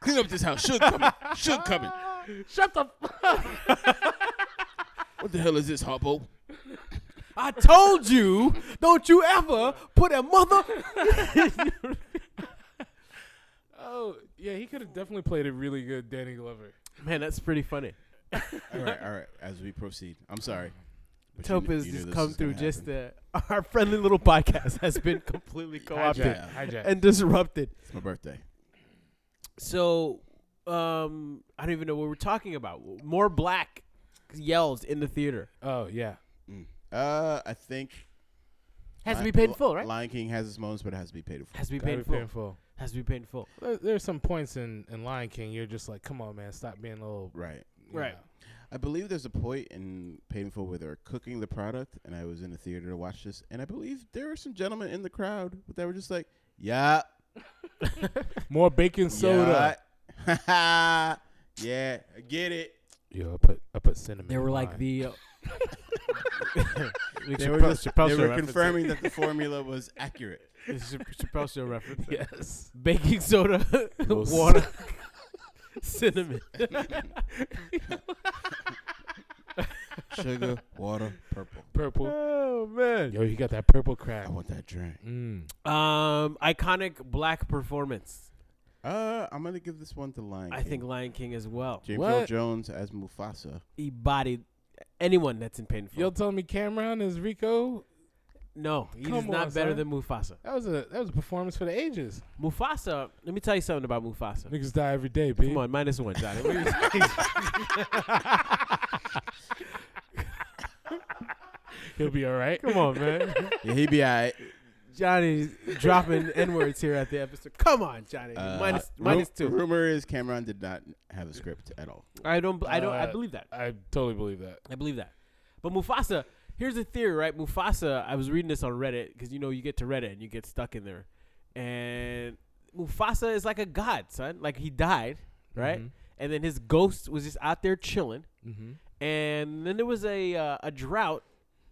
S4: Clean up this house. Should coming. Should coming.
S3: Shut the
S4: What the hell is this, Harpo?
S1: I told you, don't you ever put a mother.
S3: Oh, yeah, he could have definitely played a really good Danny Glover.
S1: Man, that's pretty funny.
S4: All right, all right. As we proceed, I'm sorry. But you
S1: Tope
S4: kn-
S1: has
S4: you knew
S1: just
S4: this
S1: come
S4: was
S1: through.
S4: gonna
S1: Just
S4: happen.
S1: uh, our friendly little podcast has been completely co-opted
S4: Hijacked.
S3: Hijack.
S1: and disrupted.
S4: It's my birthday.
S1: So, um, I don't even know what we're talking about. More black yells in the theater.
S3: oh yeah.
S4: Mm. Uh, I think
S1: Has to
S4: Li-
S1: be paid in
S4: Li-
S1: full, right?
S4: Lion King has its moments, but it has to be paid in full.
S1: Has to be
S3: Gotta
S1: paid
S3: be
S1: in full.
S3: painful.
S1: Has to be paid in full.
S3: There, there's some points in, in Lion King you're just like, come on, man, stop being a little.
S4: Right.
S3: you
S1: Right.
S3: know.
S4: I believe there's a point in Paid in Full where they're cooking the product, and I was in the theater to watch this, and I believe there were some gentlemen in the crowd that were just like, "Yeah,
S3: More baking soda.
S4: yeah, yeah, I get it."
S3: Yo, I put I put cinnamon.
S1: They were
S3: in
S1: like
S3: mine.
S1: the. Uh,
S4: They were,
S1: Chappelle-
S4: just-
S1: Chappelle
S4: they
S1: Show
S4: were
S1: reference.
S4: confirming that the formula was accurate.
S1: It's a Chapp- Chappelle show reference.
S3: yes.
S1: Baking soda,
S4: Most-
S1: water, cinnamon.
S4: Sugar, water, purple.
S3: Purple.
S1: Oh man.
S3: Yo, you got that purple
S4: I
S3: crab.
S4: want that drink.
S3: Mm.
S1: Um, iconic black performance.
S4: Uh, I'm gonna give this one to Lion.
S1: I
S4: King.
S1: think Lion King as well.
S4: James
S3: What?
S4: Earl Jones as Mufasa.
S1: He bodied anyone that's in pain. in Full.
S3: You're telling me Cameron is Rico?
S1: no, he's
S3: Come
S1: not
S3: on,
S1: better
S3: son.
S1: than Mufasa.
S3: That was a that was a performance for the ages.
S1: Mufasa. Let me tell you something about Mufasa.
S3: Niggas die every day, B.
S1: Come on, minus one, Johnny. What are
S3: He'll be all right.
S1: you- Come on, man.
S4: Yeah, he be alright.
S1: Johnny's dropping n words here at the episode. Come on, Johnny.
S4: Uh,
S1: minus
S4: ru-
S1: minus two.
S4: Rumor is Cameron did not have a script at all.
S1: I don't. bl- I don't. I
S3: Uh,
S1: believe that.
S3: I totally believe that.
S1: I believe that. But Mufasa. Here's the theory, right? Mufasa. I was reading this on Reddit because you know you get to Reddit and you get stuck in there, and Mufasa is like a god, son. Like he died, right? And then his ghost was just out there chilling.
S3: Mm-hmm.
S1: and then there was a uh, a drought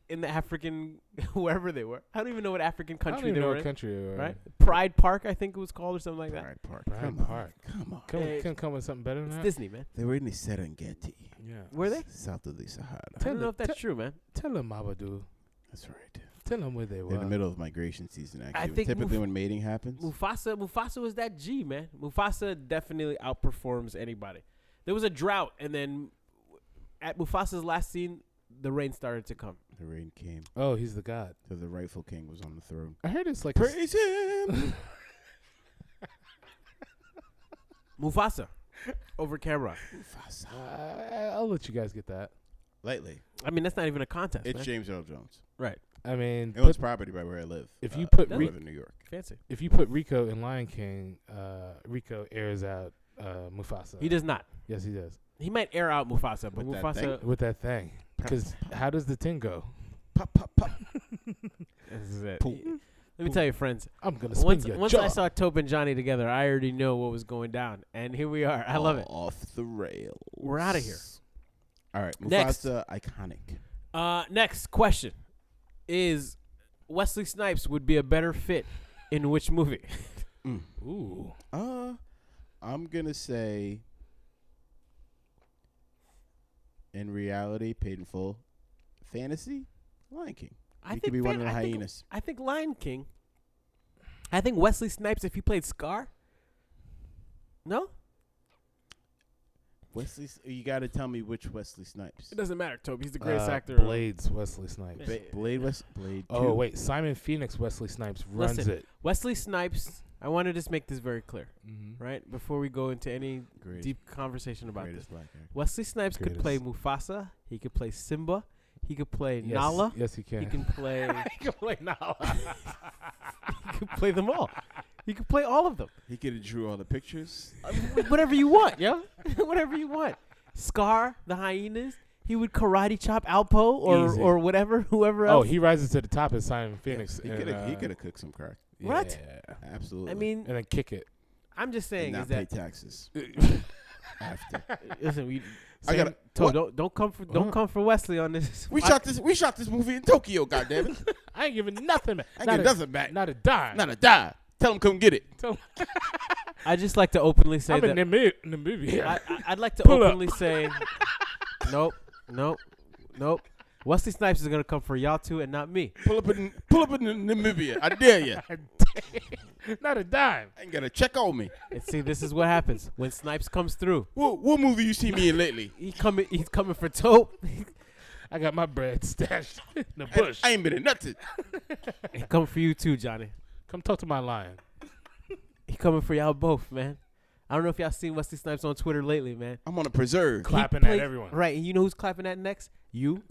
S1: in the African wherever they were. I don't even know what African
S3: I don't
S1: country
S3: even
S1: they
S3: know
S1: were
S3: what
S1: in.
S3: country they were in.
S1: Right, Pride Park, I think it was called, or something like that.
S4: Pride Park.
S3: Pride
S4: come
S3: Park.
S4: On. Come on.
S3: Come,
S1: Hey.
S3: can come with something better than
S1: It's
S3: that.
S1: Disney, man.
S4: They were in the Serengeti.
S3: yeah.
S1: Were they?
S4: s- South of the Sahara.
S1: I don't
S3: Tell
S1: know if
S3: the-
S1: that's true, man.
S3: Tell them, Abadu.
S4: That's right.
S3: Tell them where they
S4: They're in the
S3: were.
S4: middle of migration season, actually.
S1: think
S4: Typically,
S1: Muf-
S4: when mating happens,
S1: Mufasa, Mufasa was that G, man. Mufasa definitely outperforms anybody. There was a drought, and then at Mufasa's last scene, the rain started to come.
S4: The rain came
S3: Oh, he's the god.
S4: till the rightful king was on the throne.
S3: I heard it's like a s-
S4: Praise him.
S1: Mufasa over Camera.
S3: Uh, I- I'll let you guys get that.
S4: Lightly.
S1: I mean, that's not even a contest.
S4: It's
S1: man.
S4: James Earl Jones.
S3: I mean,
S4: It
S3: put-
S4: owns property by where I live.
S3: if you put
S4: in
S1: Re-
S4: Northern New York.
S1: fancy.
S3: if you put Rico in Lion King, uh, Rico airs out uh, Mufasa.
S1: He does not.
S3: Yes, he does.
S1: He might air out Mufasa, but
S4: With that
S1: Mufasa.
S3: With that thing, because how does the thing go?
S4: Pop, pop, pop.
S1: This is it.
S4: Boom.
S1: Let me tell you, friends.
S3: I'm gonna spin
S1: Once,
S3: your
S1: once
S3: jaw.
S1: I saw Tope and Johnny together, I already know what was going down, and here we are. I love it.
S4: Off the rail.
S1: We're outta here.
S4: All right.
S1: Next.
S4: Mufasa, iconic.
S1: Uh, next question is: Wesley Snipes would be a better fit in which movie?
S3: Ooh,
S4: Uh, I'm gonna say. In reality, paid in full, fantasy, Lion King.
S1: I
S4: he could be one of
S1: Fan-
S4: the
S1: I think-
S4: hyenas.
S1: I think Lion King. I think Wesley Snipes if he played Scar. No,
S4: Wesley, S- you got to tell me which Wesley Snipes.
S1: it doesn't matter. Toby, he's the greatest
S3: Uh,
S1: actor.
S3: Blades Wesley Snipes.
S4: Ba- Blade West, Blade.
S3: Oh
S4: two.
S3: wait, Simon Phoenix Wesley Snipes runs
S1: Listen.
S3: it.
S1: Wesley Snipes. I want to just make this very clear,
S3: Mm-hmm.
S1: right? Before we go into any
S4: Greatest,
S1: deep conversation about
S4: greatest
S1: this,
S4: black actor.
S1: Wesley Snipes could play
S3: Greatest.
S1: Mufasa. He could play Simba. He could play Nala.
S3: Yes, he
S1: He
S3: can.
S1: can play.
S3: he can play Nala.
S1: he could play them all. He could play all of them.
S4: He could have drew all the pictures.
S1: Uh, wh- Whatever you want, yeah. Whatever you want. Scar, the hyenas. He would karate chop Alpo or
S3: Easy.
S1: or whatever, whoever
S3: oh,
S1: else.
S3: he rises to the top as Simon Phoenix.
S4: He
S3: and,
S4: could have. he
S3: uh,
S4: could have cooked some crack.
S1: What?
S3: yeah.
S4: Absolutely.
S1: I mean,
S3: And then kick it.
S1: I'm just
S4: and
S1: saying
S4: not
S1: is
S4: pay
S1: that
S4: taxes after.
S1: listen, we.
S4: I gotta-
S1: Toby,
S4: what?
S1: don't don't come for don't
S3: What?
S1: come for Wesley on this.
S4: We
S1: I-
S4: shot this. We shot this movie in Tokyo. Goddamn it!
S3: I ain't giving nothing back.
S4: I
S3: not,
S4: get
S3: a,
S4: nothing back.
S3: not a dime.
S4: Not a dime. Tell him come get it.
S1: I just like to openly say
S3: I'm
S1: that
S3: in the, mo- in the movie.
S1: I, I- I'd like to
S3: Pull up.
S1: openly say, nope, nope, nope. Wesley Snipes is gonna come for y'all two and not me.
S4: Pull up in pull up in Namibia. I dare you.
S3: not a dime.
S4: I ain't got a check on me.
S1: And see, this is what happens when Snipes comes through.
S4: What what movie you see me in lately?
S1: He coming, he's coming for Tope.
S3: I got my bread stashed in the
S4: I-
S3: bush.
S4: I, ain't been in nothing.
S1: he coming for you too, Johnny.
S3: Come talk to my lion.
S1: He coming for y'all both, man. I don't know if y'all seen Wesley Snipes on Twitter lately, man.
S4: I'm on a preserve.
S1: He
S3: Clapping
S1: played-
S3: at everyone.
S1: Right, and you know who's clapping at next? You.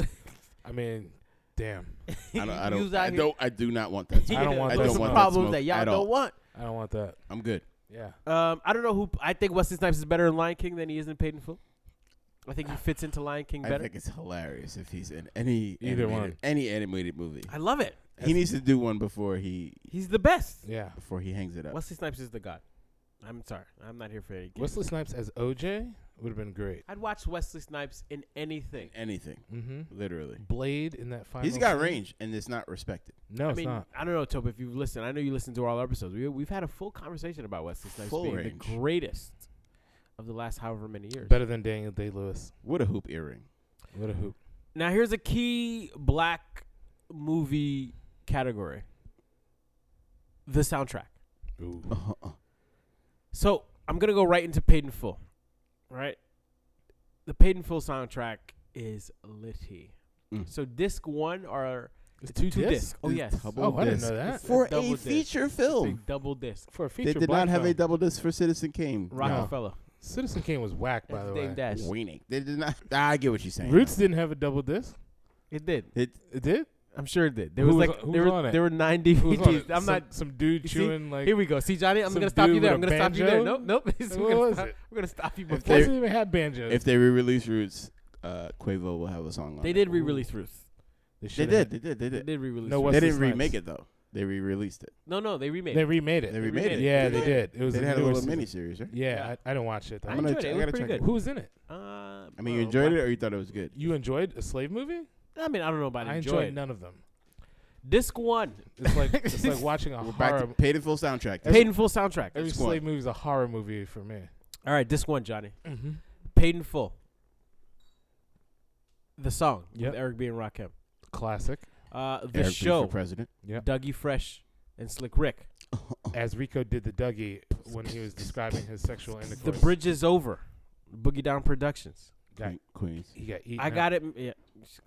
S3: I mean, damn.
S4: I don't. I
S1: You's out
S4: don't. I
S1: here-
S4: don't, I do not want that.
S3: I don't want
S1: Yeah,
S3: that
S1: those are
S3: smoke.
S1: problems
S4: Smoke
S1: that y'all
S4: at all.
S1: don't want.
S3: I don't want that.
S4: I'm good.
S3: Yeah.
S1: Um, I don't know who. I think Wesley Snipes is better in Lion King than he is in Paid in Full. I think he fits into Lion King better.
S4: I think it's hilarious if he's in any
S3: Either
S4: animated,
S3: one.
S4: any animated movie.
S1: I love it.
S4: He needs to do one before he
S1: He's the best.
S3: Yeah.
S4: before he hangs it up.
S1: Wesley Snipes is the god. I'm sorry. I'm not here for any games.
S3: Wesley Snipes as OJ would have been great.
S1: I'd watch Wesley Snipes in anything.
S4: Anything,
S3: Mm-hmm.
S4: literally.
S3: Blade in that final.
S4: He's got
S3: scene?
S4: range, and it's not respected.
S3: No,
S1: I
S3: it's
S1: mean,
S3: not.
S1: I don't know, Tope, if you've listened. I know you listened to all our episodes. We, we've had a full conversation about Wesley Snipes
S4: Full
S1: being
S4: range.
S1: the greatest of the last however many years.
S3: Better than Daniel Day Lewis.
S4: What a hoop earring.
S3: What a hoop.
S1: Now, here's a key black movie category the soundtrack.
S3: Ooh.
S4: Uh-huh,
S1: So I'm gonna go right into Paid in Full. Right? The Paid in Full soundtrack is litty.
S4: Mm.
S1: So disc one are
S3: It's
S1: it's
S3: two, discs.
S1: Oh
S4: It's
S1: yes.
S4: double
S3: Oh, I didn't
S4: disc.
S3: know that.
S1: It's
S4: For
S1: double
S4: a
S1: disc.
S4: feature
S1: It's a
S4: film.
S1: double disc.
S3: For a feature
S4: They did
S3: black
S4: not have
S3: film.
S4: a double disc for Citizen Kane.
S1: Rockefeller.
S3: Citizen Kane was whack, by
S1: That's
S3: the
S1: Dame
S3: way.
S1: Dash.
S4: No. Weenie. They did not. I get what you're saying.
S3: Roots didn't have a double disc.
S1: It did.
S4: It,
S3: It did.
S1: I'm sure it did. There
S3: Who
S1: was
S3: was
S1: like
S3: on- who
S1: there
S3: was
S1: were
S3: on it?
S1: there were nine
S3: Who was on
S1: DVDs.
S3: it?
S1: I'm
S3: some,
S1: not.
S3: some dude
S1: You see?
S3: chewing like.
S1: Here we go. See Johnny, I'm
S3: some
S1: gonna stop you
S3: dude
S1: there. I'm
S3: with a
S1: gonna stop you there.
S3: banjo?
S1: Nope, nope. We're
S3: What
S1: gonna
S3: was
S1: stop-
S3: it?
S1: We're gonna stop you
S4: If
S1: before.
S4: they-
S3: doesn't even have banjos.
S4: if they re-release Roots, uh, Quavo will have a song on
S1: They
S4: it.
S1: did re-release Ruth.
S4: They
S3: should have-
S4: did. They did. They
S1: They
S4: did.
S1: did re-release.
S3: No,
S1: Ruth.
S4: They
S3: Wesley
S4: didn't
S3: Snipes.
S4: remake it though. They re-released it.
S1: No, no, they remade.
S3: They
S1: it.
S3: remade it.
S4: They remade it.
S3: yeah,
S1: Did
S3: they
S1: they?
S3: did. It was
S4: They
S3: a
S4: had a
S3: newer
S4: little
S3: season.
S4: mini series, right?
S3: Yeah,
S1: Yeah.
S3: I, I didn't watch it. Though.
S1: I
S4: I'm gonna
S1: enjoyed
S4: ch-
S1: it.
S4: I
S1: It was
S4: gotta
S1: pretty
S4: check
S1: good.
S3: Who was in it?
S1: Uh,
S4: I mean, you enjoyed it or you thought it was good?
S3: You enjoyed a slave movie?
S1: I mean, I don't know about
S3: I
S1: enjoy
S3: enjoyed
S1: it.
S3: none of them.
S1: Disc one,
S3: It's like it's like watching a
S4: We're back to
S3: horror.
S4: paid in full soundtrack.
S1: paid in full soundtrack.
S3: Every
S4: This one.
S3: slave movie is a horror movie for me.
S1: All right, disc one, Johnny.
S3: Mm-hmm.
S1: Paid in full. The song
S3: Yep.
S1: with Eric B and Rakim.
S3: Classic.
S1: Uh, the
S4: Eric B for
S1: show,
S4: president.
S1: Dougie Fresh and Slick Rick.
S3: As Rico did the Dougie when he was describing his sexual
S1: The
S3: intercourse.
S1: Bridge is Over, Boogie Down Productions.
S3: Got,
S4: Que- Queens.
S3: he got eaten.
S1: I
S3: up.
S1: got it. Yeah.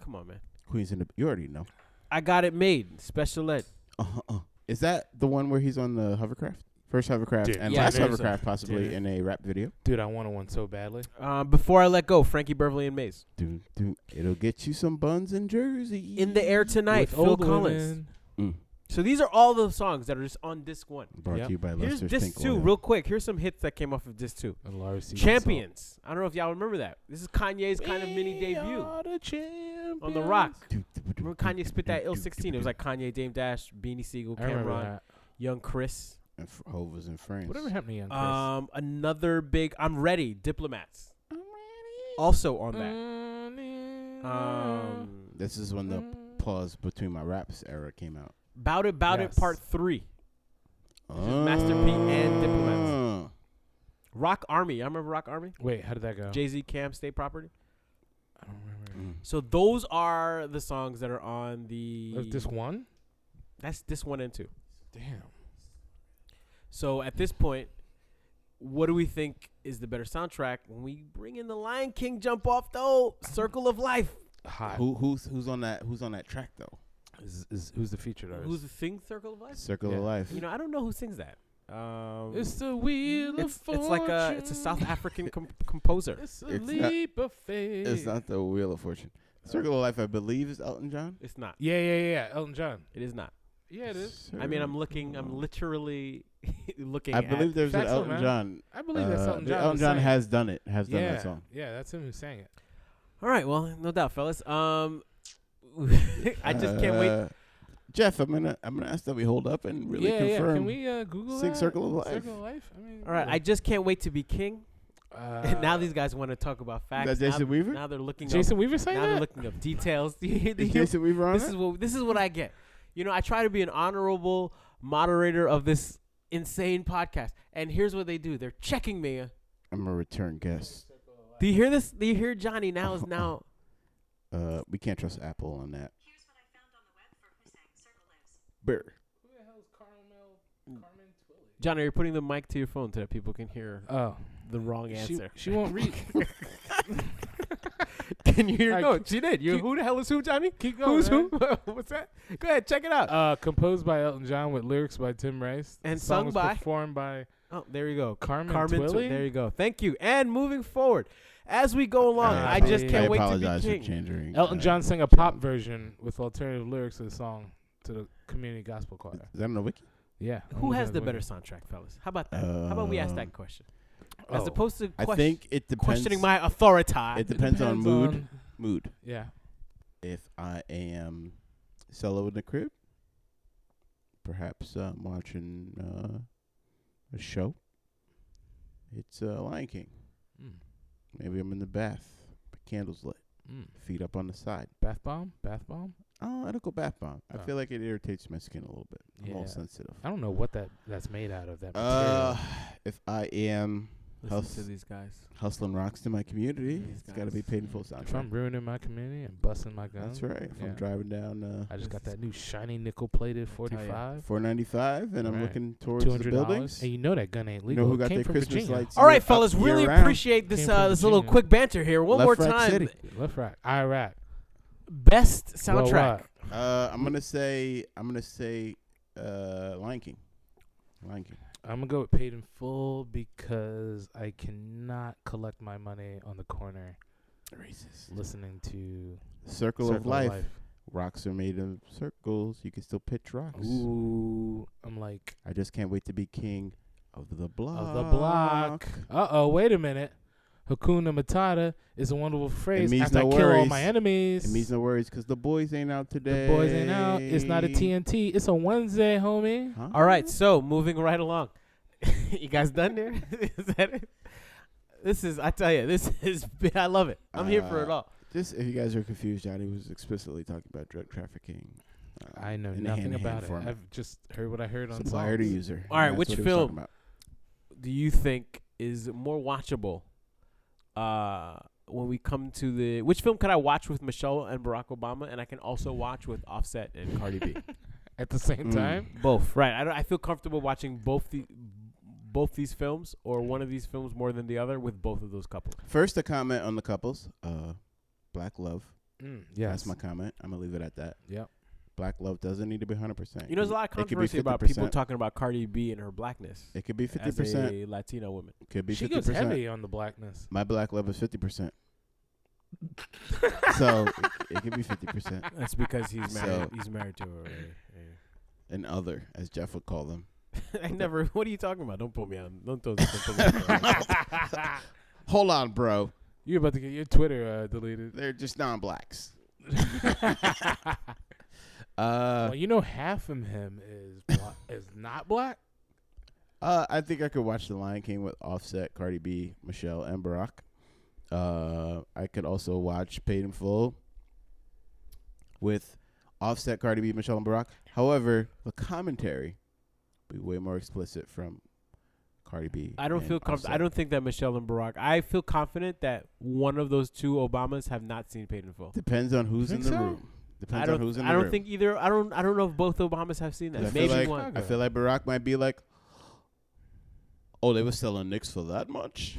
S1: Come on, man.
S4: Queens in the. You already know.
S1: I got it made. Special ed.
S4: Uh, uh, Is that the one where he's on the hovercraft? First hovercraft
S3: Dude,
S4: and
S1: yeah,
S4: last
S1: there's a-
S4: hovercraft, possibly
S3: dude.
S4: in a rap video.
S3: Dude, I wanted one so badly.
S1: Uh, before I let go, Frankie Beverly and Maze
S4: Dude, dude, it'll get you some buns in Jersey.
S1: in the air tonight.
S3: With
S1: Phil
S3: old
S1: Collins.
S3: women.
S4: Mm.
S1: So these are all the songs that are just on disc one.
S4: Brought
S3: Yep.
S4: to you by
S1: Here's
S4: Lester
S1: disc two, real quick. Here's some hits that came off of disc two.
S3: And Laura Season
S1: Champions. I don't know if y'all remember that. This is Kanye's
S3: song.
S1: kind of mini
S3: We
S1: debut
S3: are the champions.
S1: on the rock.
S4: Dude,
S1: Remember Kanye spit that ill sixteen. It was like Kanye, Dame Dash, Beanie Siegel,
S3: I remember
S1: Cameron,
S3: that.
S1: Young Chris.
S4: And F- Hov was in France.
S3: Whatever happened to Young Chris?
S1: Um, another big. I'm ready. Diplomats. Also on that.
S3: Mm-hmm.
S1: Um,
S4: This is when the pause between my raps era came out.
S1: Bout It, Bout
S3: Yes.
S1: It Part Three. This is
S4: Oh.
S1: Master P and Diplomats.
S4: Ah.
S1: Rock Army. I remember Rock Army.
S3: Wait, how did that go?
S1: Jay Z, Cam, State Property.
S3: I don't remember.
S4: Mm.
S1: So those are the songs that are on the.
S3: That was this one?
S1: that's this one and two.
S3: Damn.
S1: So at this point, what do we think is the better soundtrack when we bring in the Lion King jump off though? Circle of Life.
S3: Hot.
S4: Who, who's who's on that who's on that track though?
S3: Is, is, who's the featured artist?
S1: Who's the sing Circle of Life?
S4: Circle
S3: Yeah.
S4: of Life.
S1: You know, I don't know who sings that. Um,
S3: it's the wheel
S1: it's,
S3: of
S1: it's like a it's a South
S3: fortune.
S1: African com- composer.
S3: It's a
S4: It's not-
S3: leap of faith.
S4: it's not the Wheel of Fortune. Circle of Life, I believe, is Elton John.
S1: It's not.
S3: Yeah, yeah, yeah, yeah. Elton John.
S1: It is not.
S3: Yeah, it is.
S1: I mean, I'm looking. I'm literally looking.
S4: I
S1: at-
S4: believe there's an
S3: Facts,
S4: Elton
S3: man.
S4: John.
S3: I believe that's
S4: uh,
S3: Elton
S4: the
S3: John.
S4: Elton
S3: who
S4: John
S3: sang it.
S4: has done it. Has
S3: yeah,
S4: done that song.
S3: Yeah, that's him who sang it.
S1: All right. Well, no doubt, fellas. Um, I just can't wait.
S4: Uh, Jeff, I'm gonna I'm gonna ask that we hold up and really
S3: yeah,
S4: confirm.
S3: yeah. Can we uh, Google
S4: Sing
S3: that?
S4: Circle of Life.
S3: Circle of Life. I mean,
S1: All right. I just can't wait to be king.
S3: Uh,
S1: And now these guys want to talk about facts.
S4: that Jason
S1: now,
S4: Weaver?
S1: Now they're looking. up,
S3: Jason Weaver sang
S1: now they're
S3: that.
S1: looking up details. Do you hear- do
S4: Is
S1: you-
S4: Jason Weaver on
S1: this
S4: it?
S1: is what this is what I get. You know, I try to be an honorable moderator of this insane podcast, and here's what they do: they're checking me.
S4: I'm a return guest.
S1: Do you hear this? Do you hear Johnny? Now is now.
S4: Uh, we can't trust Apple on that. Burr.
S1: Johnny, you're putting the mic to your phone so that people can hear
S3: Oh,
S1: the wrong
S3: she,
S1: answer.
S3: she won't read.
S1: can you hear?
S3: All right,
S1: No,
S3: keep-
S1: she did. You
S3: keep-
S1: who the hell is who, Johnny?
S3: Keep going.
S1: Who's
S3: man.
S1: who? What's that? Go ahead, check it out.
S3: Uh, composed by Elton John with lyrics by Tim Rice.
S1: And
S3: The song
S1: sung
S3: was
S1: by-
S3: performed by
S1: oh, there you go.
S3: Carmen,
S1: Carmen, Twi-
S3: Twilley.
S1: there you go. Thank you. And moving forward, as we go along,
S4: Uh,
S1: I just
S3: I
S1: can't wait to
S4: apologize
S1: be
S4: for
S1: king.
S4: changing.
S3: Elton
S4: uh,
S3: John sang a pop version with alternative lyrics of the song to the community gospel
S4: Is
S3: choir.
S4: that on the wiki?
S3: Yeah.
S1: Who has the better soundtrack, fellas? How about that? How about we ask
S4: Um,
S1: that question? As
S3: Oh.
S1: opposed to
S4: I
S1: question-
S4: think it depends.
S1: questioning my authority.
S4: It depends, on mood.
S3: on-
S4: mood.
S3: yeah.
S4: If I am solo in the crib, perhaps uh, I'm watching uh, a show. It's uh, Lion King.
S3: Mm.
S4: Maybe I'm in the bath, but candles lit,
S3: Mm.
S4: feet up on the side.
S3: Bath bomb? Bath bomb?
S4: Oh, it'll go bath bomb.
S3: Oh.
S4: I feel like it irritates my skin a little bit. I'm all
S3: Yeah.
S4: sensitive.
S3: I don't know what that that's made out of. That
S4: Uh,
S3: material.
S4: if I am
S1: Listen
S4: Hus-
S1: to these guys.
S4: hustling rocks to my community,
S1: These
S4: it's got to
S1: guys.
S4: be painful soundtrack.
S3: Mm, If I'm ruining my community and busting my gun,
S4: That's right. If
S3: Yeah.
S4: I'm driving down uh,
S3: I just got
S1: This is-
S3: that new shiny nickel plated
S1: ya.
S3: 45,
S4: 495 and I'm
S3: Right.
S4: looking towards
S3: two
S4: the
S3: hundred dollars,
S4: buildings.
S3: and you know that gun ain't
S4: You
S3: legal.
S4: know who
S3: It
S4: got
S3: came
S4: their
S3: from
S4: Christmas
S3: Virginia.
S4: lights?
S1: All right,
S4: year- up
S1: fellas, really
S4: year-round?
S1: appreciate this
S3: Came
S1: uh,
S3: from
S1: this little
S3: Virginia.
S1: quick banter here. One
S4: Left,
S1: more
S4: right,
S1: time,
S4: city.
S3: Left, right, Iraq.
S1: best
S3: Well,
S1: soundtrack.
S3: what?
S4: Uh, I'm gonna say I'm gonna say uh, Lion King. Lion King.
S3: I'm gonna go with paid in full because I cannot collect my money on the corner
S4: Racist.
S3: listening to
S4: Circle,
S3: Circle
S4: of life. Rocks are made of circles. You can still pitch rocks.
S3: Ooh, I'm like
S4: I just can't wait to be king of the block.
S3: of the block. Uh oh, wait a minute. Hakuna Matata is a wonderful phrase.
S4: means
S3: after
S4: no
S3: I kill all
S4: worries.
S3: my enemies,
S4: It means no worries because the boys ain't out today.
S3: the boys ain't out. It's not a TNT. It's a Wednesday, homie.
S4: Huh?
S1: All right, so moving right along. you guys done there? is that it? This is, I tell you, this is, I love it. I'm here for it
S4: Uh,
S1: all.
S4: Just if you guys are confused, Johnny was explicitly talking about drug trafficking. uh,
S3: I know
S4: in a
S3: nothing
S4: hand-to-hand
S3: about it.
S4: format.
S3: I've just heard what I heard on
S4: Supplier to
S3: songs.
S4: user.
S1: All right,
S4: That's
S1: which
S4: what he was talking
S1: film?
S4: about.
S1: do you think is more watchable uh, when we come to the which film could I watch with Michelle and Barack Obama, and I can also watch with Offset and Cardi B?
S3: At the same
S4: Mm.
S3: time,
S1: both, right? I don't. I feel comfortable watching both the both these films or one of these films more than the other with both of those couples?
S4: First, a comment on the couples. Uh, black love.
S3: Mm, yes.
S4: That's my comment. I'm gonna leave it at that.
S3: Yep.
S4: Black love doesn't need to be 100. percent
S1: You know, there's a lot of
S4: It could be
S1: controversy about people
S4: 50%.
S1: talking about Cardi B and her blackness
S4: It could be 50.
S1: as
S4: percent
S1: a Latina woman.
S4: Could be
S3: she
S4: 50%.
S3: goes heavy on the blackness.
S4: My black love is 50. percent So it, it could be 50 percent
S1: That's because he's married.
S4: So-
S1: he's married to her. Already.
S4: and other, as Jeff would call them.
S1: I never. What are you talking about? Don't put me on. Don't throw. Don't put me on.
S4: Hold on, bro.
S3: You're about to get your Twitter uh, deleted.
S4: They're just non-blacks. uh,
S3: well, you know, half of him is bla- is not black.
S4: Uh, I think I could watch The Lion King with Offset, Cardi B, Michelle, and Barack. Uh, I could also watch Paid in Full with Offset, Cardi B, Michelle, and Barack. However, the commentary be way more explicit from Cardi B.
S1: I don't
S4: and
S1: feel comfortable. I
S4: Offset.
S1: don't think that Michelle and Barack. I feel confident that one of those two Obamas have not seen Paid in Full.
S4: Depends on who's in
S3: Think
S4: the
S3: so?
S4: room. Depends
S1: I don't.
S4: on who's in
S1: I
S4: the
S1: don't
S4: room.
S1: think either. I don't. I don't know if both Obamas have seen
S4: I
S1: that.
S4: feel
S1: Maybe
S4: like-
S1: one.
S4: I feel like Barack might be like, "Oh, they were selling Knicks for that much."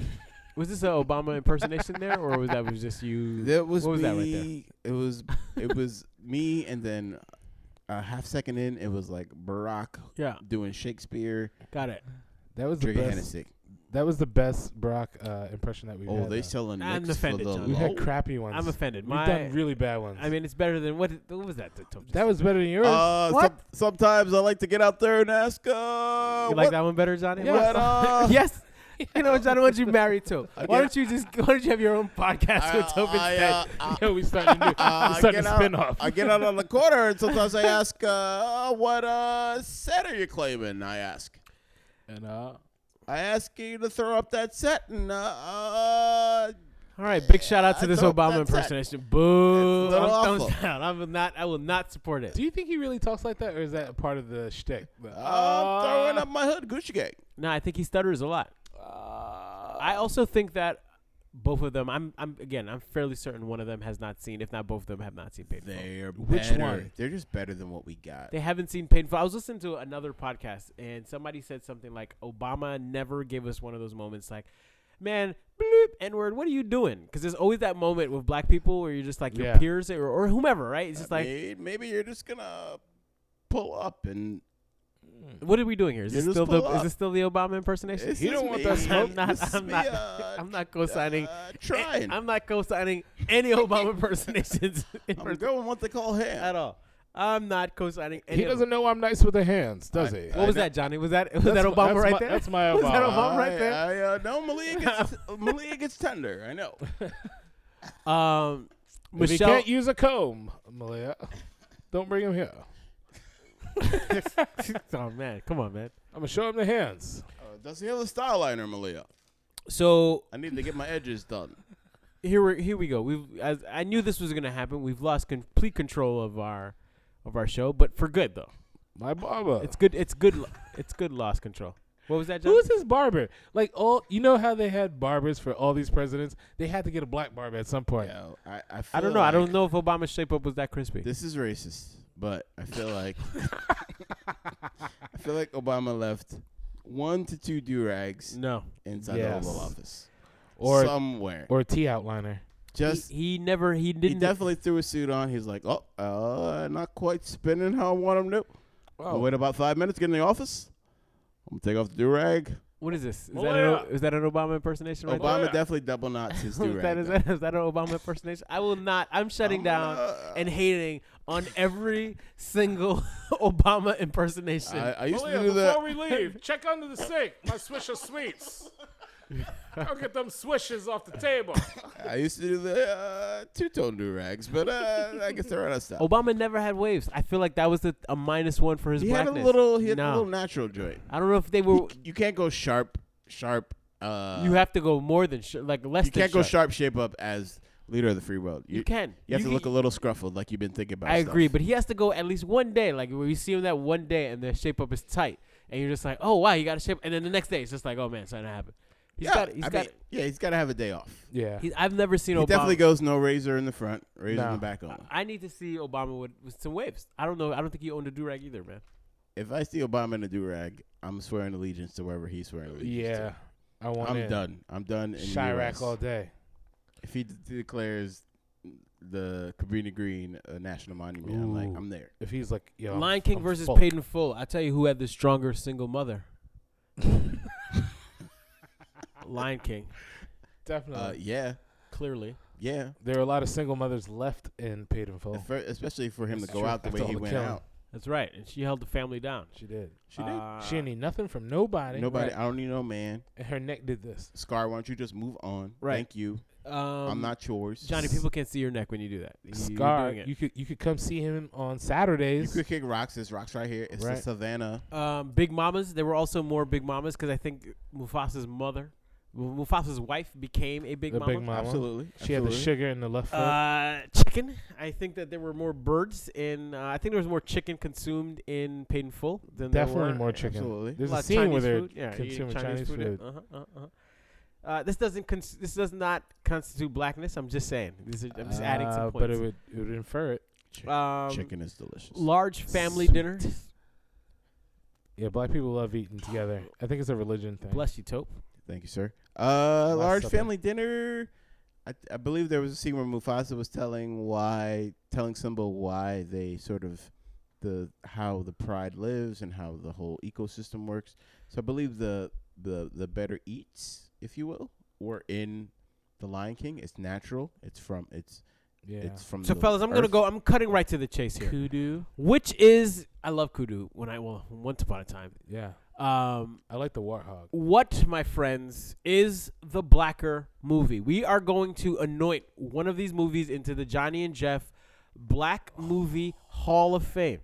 S1: Was this an Obama impersonation there, or was that was just you?
S4: That was
S1: what was
S4: me,
S1: that right there?
S4: It was it was me, and then a half second in, it was like Barack
S1: Yeah,
S4: doing Shakespeare,
S1: got it.
S3: That was the
S4: drinking
S3: best.
S4: Hennessy. That
S3: That was the best Barack uh, impression that we
S4: oh,
S3: had.
S4: they
S3: though.
S4: selling
S1: I'm
S4: Knicks for the
S1: offended, John.
S3: We've
S4: low.
S3: had crappy ones.
S1: Oh, I'm offended.
S3: We've
S1: My,
S3: done really bad ones.
S1: I mean, it's better than what? What was that? that Tom just
S3: that was better than yours.
S4: Uh,
S3: what?
S4: some- sometimes I like to get out there and ask, uh,
S1: You
S4: what,
S1: like that one better, Johnny?
S4: what, uh,
S1: yes. You know, Johnny, what you married to? Why
S4: get-
S1: don't you just? Why don't you have your own podcast with
S4: I-
S1: Tobin
S4: I,
S1: instead?
S4: uh, I-
S3: Yo, we starting to do. we
S4: uh, I
S3: starting
S4: get
S3: to
S4: out-
S3: spin off.
S4: I get out on the corner, and sometimes I ask, uh, "What uh, set are you claiming?" I ask.
S3: and uh,
S4: I ask you to throw up that set, and uh, uh,
S1: All right, big shout out to
S4: I
S1: this
S4: thought
S1: Obama
S4: that's it.
S1: impersonation. Boo!
S4: That's a
S1: I'm
S4: little
S1: thumbs
S4: awful.
S1: down. I will not. I will not support it.
S3: do you think he really talks like that, or is that a part of the shtick? The,
S1: Uh,
S4: I'm throwing up my hood, Gucci Gang.
S1: No, I think he stutters a lot.
S4: Oh.
S1: I also think that both of them. I'm. I'm again. I'm fairly certain one of them has not seen, if not both of them, have not seen Paid in Full.
S4: They're
S3: Which
S4: better.
S3: one?
S4: They're just better than what we got.
S1: They haven't seen Paid in Full. I was listening to another podcast, and somebody said something like, "Obama never gave us one of those moments like." Man, bloop, N word, what are you doing? Because there's always that moment with black people where you're just like your
S3: Yeah.
S1: peers or, or whomever, right? It's just
S4: I
S1: like,
S4: mean, maybe you're just gonna pull up and
S1: What are we doing here? Is
S4: You
S1: this
S4: just
S1: still the
S4: pull
S1: is
S4: up.
S1: this still the Obama impersonation?
S4: This
S3: You
S4: is
S3: don't want
S4: me.
S3: that smoke.
S1: I'm not-
S4: This is
S1: I'm
S4: me,
S1: not-
S4: uh,
S1: I'm not co-signing.
S4: Uh, trying. I'm,
S1: I'm not co-signing any Obama impersonations in pers-
S4: going what they call
S1: at
S4: ham.
S1: all. I'm not co-signing. Any
S3: he
S1: of
S3: doesn't know I'm nice with the hands, does
S4: I-
S3: he?
S1: them. What was that, Johnny? Was that was that Obama
S3: that's
S1: right
S3: my,
S1: there?
S3: That's my Obama.
S1: Was that Obama? bomb right
S4: I-
S1: there?
S4: I uh, know Malia gets Malia gets tender. I know.
S1: um,
S3: If he
S1: Michelle.
S3: can't use a comb, Malia, don't bring him here.
S1: oh man, come on, man.
S3: I'm gonna show him the hands.
S4: Uh, does he have a style liner, Malia?
S1: So
S4: I need to get my edges done.
S1: here we here we go. We've as I knew this was gonna happen. We've lost complete control of our of our show, but for good though.
S3: My
S4: Uh.
S3: barber.
S1: It's good. It's good. lo- it's good. Lost control. What was that, Johnny?
S3: Who is his barber? Like all, you know how they had barbers for all these presidents. They had to get a black barber at some point.
S4: Yo, I, I,
S1: I don't
S4: feel
S1: know. I
S4: like-
S1: don't know if Obama's shape up was that crispy.
S4: This is racist, but I feel like I feel like Obama left one to two do rags
S1: no.
S4: inside
S3: Yes.
S4: the Oval Office
S3: Or
S4: somewhere.
S3: or a T outliner.
S4: Just
S1: he, he never he
S4: he,
S1: didn't
S4: definitely threw a suit on. He's like, oh, uh, not quite spinning how I want him to.
S1: Oh.
S4: I'll wait about five minutes, get in the office. I'm gonna take off the do rag.
S1: What is this? Is,
S3: Well,
S1: that, an,
S3: yeah.
S1: is that an Obama impersonation? Right
S4: Obama
S3: yeah.
S4: definitely double knots his
S1: there? is,
S4: do
S1: Oh, that, is,
S4: rag.
S1: that, is that an Obama impersonation? I will not. I'm shutting down
S4: Uh.
S1: and hating on every single Obama impersonation.
S4: I, I used to do that.
S3: Oh, we leave, check under the sink. My swisher sweets. I'll get them swishes off the table.
S4: I used to do the uh, two tone do rags, but uh, I guess they're out of style.
S1: Obama never had waves. I feel like that was the, a minus one for his
S4: He had
S1: blackness.
S4: a little, he had
S1: no.
S4: a little natural joint.
S1: I don't know if they were.
S4: you can't go sharp, sharp. Uh,
S1: You have to go more than sh- like less.
S4: you can't
S1: than
S4: go sharp shape up as leader of the free world. You,
S1: You can.
S4: you have to
S1: can-
S4: look a little scruffled, like you've been thinking about.
S1: I
S4: stuff.
S1: agree, but he has to go at least one day. Like where you see him that one day, and the shape up is tight, and you're just like, oh wow, you got to shape. And then the next day, it's just like, oh man, something happened. He's
S4: yeah,
S1: got. He's
S4: I
S1: got.
S4: mean, yeah, he's got to have a day off.
S3: Yeah.
S1: he's, I've never seen
S4: he
S1: Obama.
S4: definitely goes no razor in the front, razor in
S3: No.
S4: the back on.
S1: I need to see Obama with, with some waves. I don't know. I don't think he owned a do rag either, man.
S4: If I see Obama in a do rag, I'm swearing allegiance to wherever he's swearing allegiance.
S3: Yeah,
S4: to.
S3: I want
S4: I'm
S3: in.
S4: done. I'm done. In the
S3: Chirac
S4: US.
S3: all day.
S4: If he d- declares the Cabrini Green a national monument, I'm
S1: Ooh.
S4: like, I'm there.
S3: If he's like, yo, I'm-
S1: Lion King
S3: I'm
S1: versus
S3: full.
S1: Paid in Full. I tell you who had the stronger single mother. Lion King,
S4: Uh,
S3: Definitely.
S4: yeah,
S1: clearly.
S4: yeah.
S3: there are a lot of single mothers left in Paid in Full.
S4: At fir- especially for him
S3: Oh. That's
S4: to go
S3: true.
S4: out the
S3: After
S4: way
S3: all
S4: he
S3: the
S4: went
S3: killing.
S4: out.
S1: That's right. And she held the family down.
S3: She did.
S4: She did.
S1: Uh,
S3: she didn't e- need nothing from nobody.
S4: Nobody.
S3: Right.
S4: I don't need no man.
S3: And her neck did this.
S4: Scar, why don't you just move on?
S1: Right.
S4: Thank you.
S1: um,
S4: I'm not yours.
S1: Johnny, people can't see your neck when you do that. You- you're
S3: Scar,
S1: doing it.
S3: you could you could come see him on
S4: You
S3: Saturdays.
S4: could kick rocks. This rocks right here. It's
S3: Right.
S4: the Savannah.
S1: um, Big Mamas. There were also more Big Mamas because I think Mufasa's mother, Mu- Mufasa's wife, became a Big
S3: the
S1: Mama.
S3: big mama.
S4: Absolutely.
S3: She had the
S4: Absolutely.
S3: sugar in the left foot.
S1: Uh, chicken. I think that there were more birds in. Uh, I think there was more chicken consumed in Paid in Full than there
S3: Definitely
S1: were.
S3: more chicken.
S4: Absolutely.
S3: There's
S1: lot
S3: a
S1: of
S3: scene where they're
S1: food. Yeah, eating
S3: consuming Chinese food.
S1: Uh-huh, uh-huh, uh-huh. Uh, this doesn't. Cons- this does not constitute blackness. I'm just saying. These are, I'm just adding
S3: Uh,
S1: some
S3: But
S1: points.
S3: it would it would infer it.
S1: um,
S4: Chicken is delicious.
S1: Large family
S3: Sweet.
S1: dinners.
S3: Yeah, black people love eating together. I think it's a religion thing.
S1: Bless you, Tope.
S4: Thank you, sir. Uh,
S3: Last
S4: large
S3: supper.
S4: family dinner. I, th- I believe there was a scene where Mufasa was telling why, telling Simba why they sort of the how the pride lives and how the whole ecosystem works. So I believe the the the better eats, if you will, were in the Lion King. It's natural. It's from it's
S3: Yeah.
S4: it's from.
S1: So,
S4: the
S1: fellas, I'm gonna
S4: earth.
S1: go. I'm cutting right to the chase here.
S3: Kudu.
S1: Which is, I love kudu. When I well, once upon a time.
S3: Yeah.
S1: Um,
S3: I like the warthog.
S1: what, my friends, is the Blacker movie? We are going to anoint one of these movies into the Johnny and Jeff Black Movie Hall of Fame.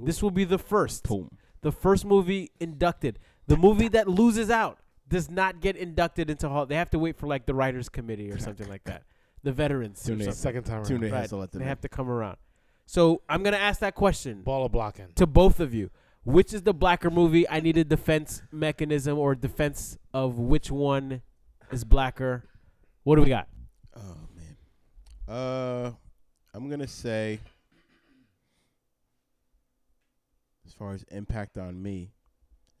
S1: This will be the first.
S4: Boom.
S1: The first movie inducted. The movie that loses out does not get inducted into hall. They have to wait for like the writers committee or something like that. The veterans. or
S4: Tune in.
S1: something.
S3: Second time around.
S4: Tune in.
S1: Right.
S4: Has to let them
S1: They
S4: in.
S1: have to come around. So I'm gonna ask that question
S3: Ball of blocking.
S1: to both of you. Which is the blacker movie? I need a defense mechanism or defense of which one is blacker. What do we got?
S4: Oh man. Uh, I'm gonna say, as far as impact on me,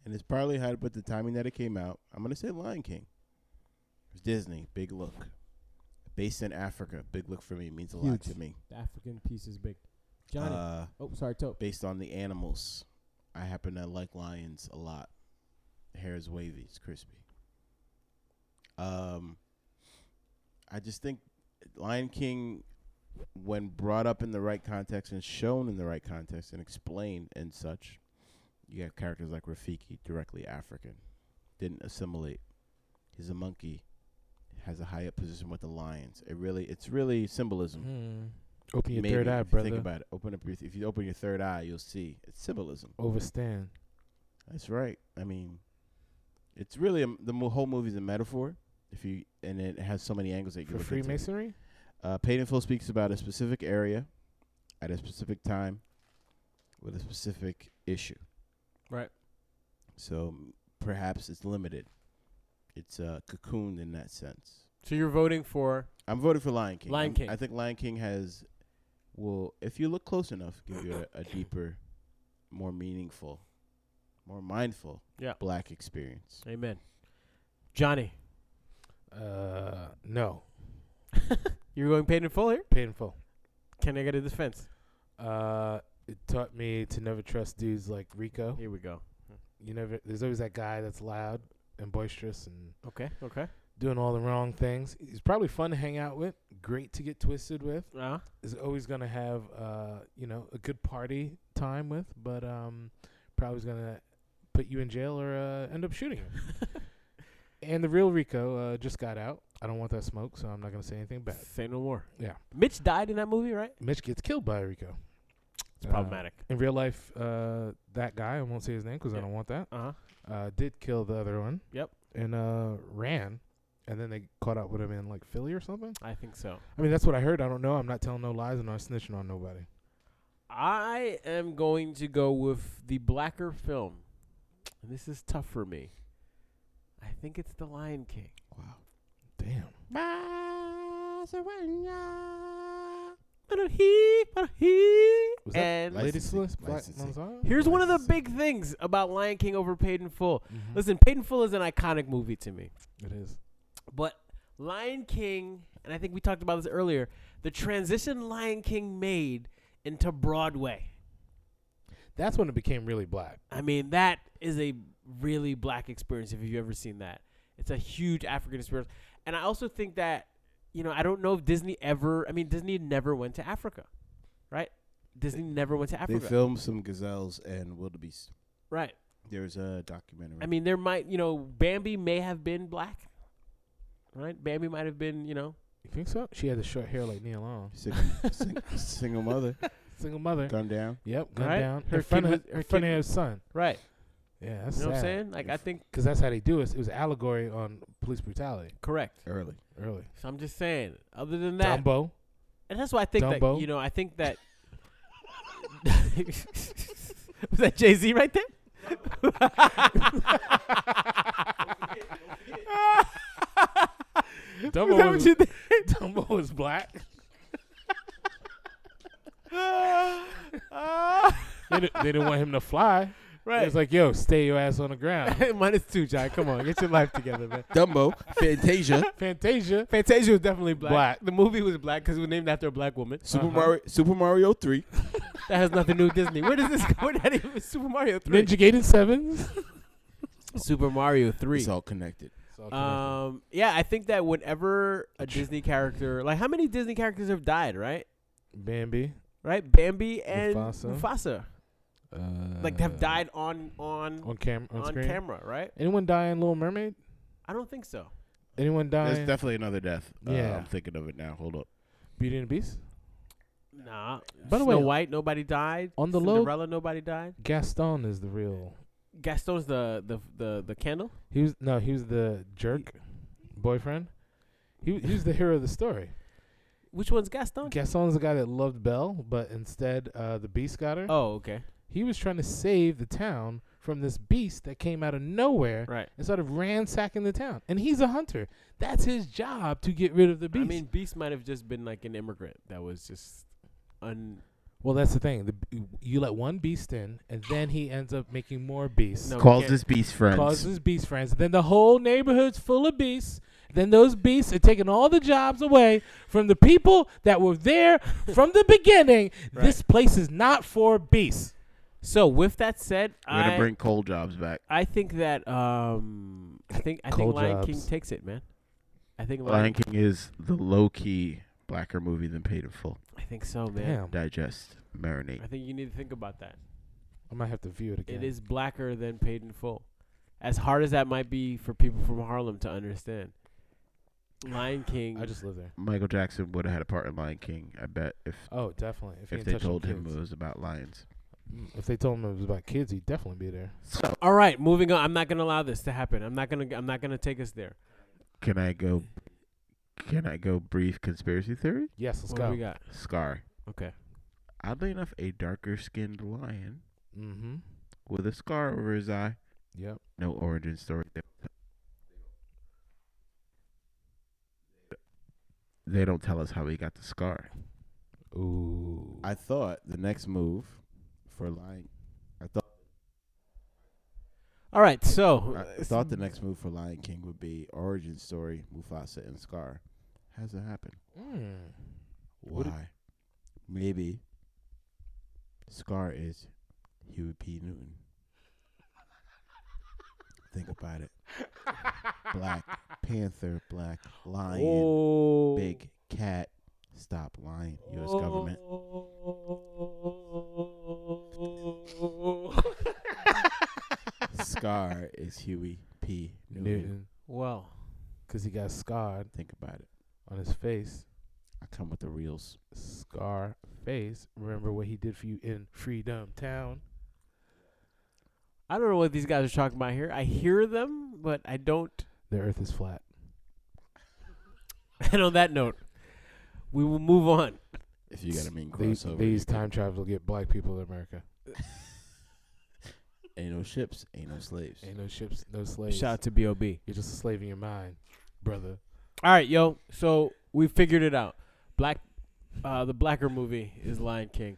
S4: and it's probably had but the timing that it came out. I'm gonna say Lion King. It's Disney, big look. Based in Africa, big look for me means a lot
S5: Huge.
S4: to me.
S5: The African piece is big. Johnny.
S4: Uh,
S5: oh, sorry, Tope.
S4: based on the animals, I happen to like lions a lot. The hair is wavy, it's crispy. Um, I just think Lion King, when brought up in the right context and shown in the right context and explained and such, you have characters like Rafiki, directly African, didn't assimilate. He's a monkey, has a high up position with the lions. It really, it's really symbolism.
S3: Hmm. Open your
S4: Mm. Maybe,
S3: third eye,
S4: if you Think
S3: brother.
S4: about it. Open up your. If you open your third eye, you'll see. It's symbolism.
S3: Overstand.
S4: That's right. I mean, it's really a, the mo- whole movie's a metaphor. If you and it has so many angles that you
S3: For
S4: look into.
S3: Freemasonry?
S4: Uh, Paid in Full speaks about a specific area, at a specific time, with a specific issue.
S1: Right.
S4: So m- perhaps it's limited. It's uh, cocooned in that sense.
S1: So you're voting for
S4: I'm voting for Lion King.
S1: Lion
S4: I'm-
S1: King.
S4: I think Lion King has will, if you look close enough, give you a, a deeper, more meaningful, more mindful
S1: Yeah.
S4: black experience.
S1: Amen. Johnny,
S3: Uh, no.
S1: you're going paid in full here.
S3: Painful.
S1: Can I get a defense?
S3: Uh, it taught me to never trust dudes like Rico.
S1: Here we go.
S3: You never. There's always that guy that's loud and boisterous and
S1: Okay. Okay.
S3: doing all the wrong things. He's probably fun to hang out with. Great to get twisted with.
S1: Uh,
S3: Is always gonna have uh, you know, a good party time with, but um, probably is gonna put you in jail or uh, end up shooting you. and the real Rico uh, just got out. I don't want that smoke, so I'm not gonna say anything bad.
S1: say no more.
S3: Yeah.
S1: Mitch died in that movie, right?
S3: Mitch gets killed by Rico.
S1: It's
S3: Uh,
S1: problematic.
S3: In real life, uh, that guy I won't say his name because
S1: Yeah.
S3: I don't want that.
S1: Uh huh.
S3: uh, did kill the other one.
S1: Yep.
S3: And uh, ran, and then they caught up with him in like Philly or something.
S1: I think so.
S3: I mean, that's what I heard. I don't know. I'm not telling no lies. and I'm not snitching on nobody.
S1: I am going to go with the blacker film. And this is tough for me. I think it's The Lion King.
S4: Wow.
S3: Damn.
S1: But he, but he.
S3: Was that
S1: And
S3: Lady
S4: Licensing,
S3: Sliss? Black
S4: licensing.
S3: Mozart?
S1: here's one of the
S4: Licensing.
S1: big things about Lion King over Paid in Full.
S3: Mhm.
S1: Listen, Paid in Full is an iconic movie to me.
S3: It is.
S1: But Lion King, and I think we talked about this earlier, the transition Lion King made into Broadway.
S3: That's when it became really black.
S1: I mean, that is a really black experience if you've ever seen that. It's a huge African experience. And I also think that, you know, I don't know if Disney ever, I mean, Disney never went to Africa, right? Disney never went to
S4: They
S1: Africa.
S4: filmed some gazelles and wildebeest.
S1: right.
S4: There's a documentary.
S1: I mean, there might, you know, Bambi may have been black, right? Bambi might have been, you know,
S3: You think so? She had the short hair like Neil Long.
S4: Sing- sing- single mother,
S3: Single mother.
S4: gun down.
S3: Yep, gunned
S1: Right?
S3: down.
S1: Her
S3: in front
S1: kid
S3: of
S1: was- her
S3: her, in front of
S1: kid-
S3: her son.
S1: right.
S3: Yeah, that's
S1: You know what I'm saying? Like, I think,
S3: Because that's how they do it. It was allegory on police brutality
S1: correct.
S4: Early.
S3: early.
S1: So I'm just saying, other than that,
S3: Dumbo.
S1: and that's why I think that,
S3: Dumbo.
S1: you know, I think that. Was that Jay Z right there?
S3: Dumbo
S1: that
S3: was,
S1: what you think?
S3: Dumbo was black. They, di- they didn't want him to fly. It
S1: right.
S3: was like, yo, stay your ass on the ground.
S1: Minus two, John. Come on, get your life together, man.
S4: Dumbo, Fantasia,
S3: Fantasia.
S1: Fantasia was definitely black.
S3: Black.
S1: The movie was black because it was named after a black woman.
S4: Super
S3: Uh-huh.
S4: Mario, Super Mario Three,
S1: That has nothing to do with Disney. Where does this? Where that even Super Mario Three?
S3: Ninja Gaiden 7.
S1: Super Mario Three.
S4: It's all connected.
S1: Um, yeah, I think that whenever a Disney character, like how many Disney characters have died, right?
S3: Bambi.
S1: Right, Bambi and Mufasa,
S3: Mufasa. Uh,
S1: like have died on on
S3: on camera. On,
S1: on,
S3: screen.
S1: camera, right?
S3: Anyone die in Little Mermaid?
S1: I don't think so.
S3: Anyone
S1: Oh,
S3: die
S2: There's
S3: in
S2: definitely another death. Uh,
S3: Yeah.
S2: I'm thinking of it now. Hold up.
S3: Beauty and the Beast?
S1: Nah.
S3: By
S1: Snow
S3: the way,
S1: White, nobody died.
S3: on the low-
S1: Cinderella, nobody died.
S3: Gaston is the real.
S1: Gaston's the the the, the candle.
S3: He was no, he was the jerk boyfriend. He he was the hero of the story.
S1: Which one's Gaston?
S3: Gaston's the guy that loved Belle, but instead uh, the beast got her.
S1: oh, okay,
S3: He was trying to save the town from this beast that came out of nowhere
S1: right.
S3: and started ransacking the town. And he's a hunter. That's his job to get rid of the beast.
S1: I mean, Beast might have just been like an immigrant that was just un.
S3: well, that's the thing. The, b- you let one beast in, and then he ends up making more beasts.
S1: No, we
S2: Calls
S1: can't-
S2: his beast friends.
S3: causes beast friends. Then the whole neighborhood's full of beasts. Then those beasts are taking all the jobs away from the people that were there from the beginning.
S1: Right.
S3: This place is not for beasts.
S1: So with that said,
S2: We're
S1: I
S2: gonna bring coal jobs back.
S1: I think that um I think I think
S3: Cold
S1: Lion
S3: jobs.
S1: King takes it, man. I think Lion,
S2: Lion King is the low key blacker movie than Paid in Full.
S1: I think so, man.
S3: Damn,
S2: Digest, marinate.
S1: I think you need to think about that.
S3: I might have to view it again.
S1: It is blacker than Paid in Full. As hard as that might be for people from Harlem to understand. Lion King
S3: I just live there.
S2: Michael Jackson would have had a part in Lion King. I bet if
S3: Oh, definitely. If, he
S2: if
S3: ain't
S2: they
S3: touching
S2: told him uh,
S3: kids. Mm,
S2: it was about lions.
S3: if they told him it was about kids, he'd definitely be there.
S2: So
S1: All right, moving on. I'm not going to allow this to happen. I'm not going to I'm not going to take us there.
S2: can I go? Can I go? Brief conspiracy theory.
S3: Yes, let's
S1: what do we
S3: go.
S1: got?
S2: Scar.
S1: Okay.
S2: Oddly enough, a darker skinned lion
S3: Mm-hmm.
S2: with a scar over his eye.
S3: Yep.
S2: No origin story. They don't tell- They don't tell us how he got the scar.
S3: Ooh.
S4: I thought the next move for Lion, I thought
S1: All right. So,
S4: I thought the next move for Lion King would be origin story Mufasa and Scar. Hasn't happened.
S3: Mm. Would it-
S4: Why? Maybe Scar is Huey P. Newton. Think about it. Black Panther, Black Lion,
S1: oh.
S4: Big Cat. Stop lying, U.S. government. Scar is Huey P. Newton.
S3: Newton,
S1: Well,
S3: because he got scarred
S4: Think about it.
S3: on his face.
S4: I come with the reels.
S3: Scarface. Remember what he did for you in Freedom Town?
S1: I don't know what these guys are talking about here. I hear them, but I don't.
S3: The earth is flat.
S1: And on that note, we will move on.
S4: If you got a mean
S3: They,
S4: crossover,
S3: these
S4: you can-
S3: time travels will get black people in America.
S4: ain't no ships, ain't no slaves.
S3: Ain't no ships, no slaves.
S1: Shout out to B.O.B.
S3: You're just a slave in your mind, brother.
S1: All right, yo. So we figured it out. Black, uh, the blacker movie is Lion King.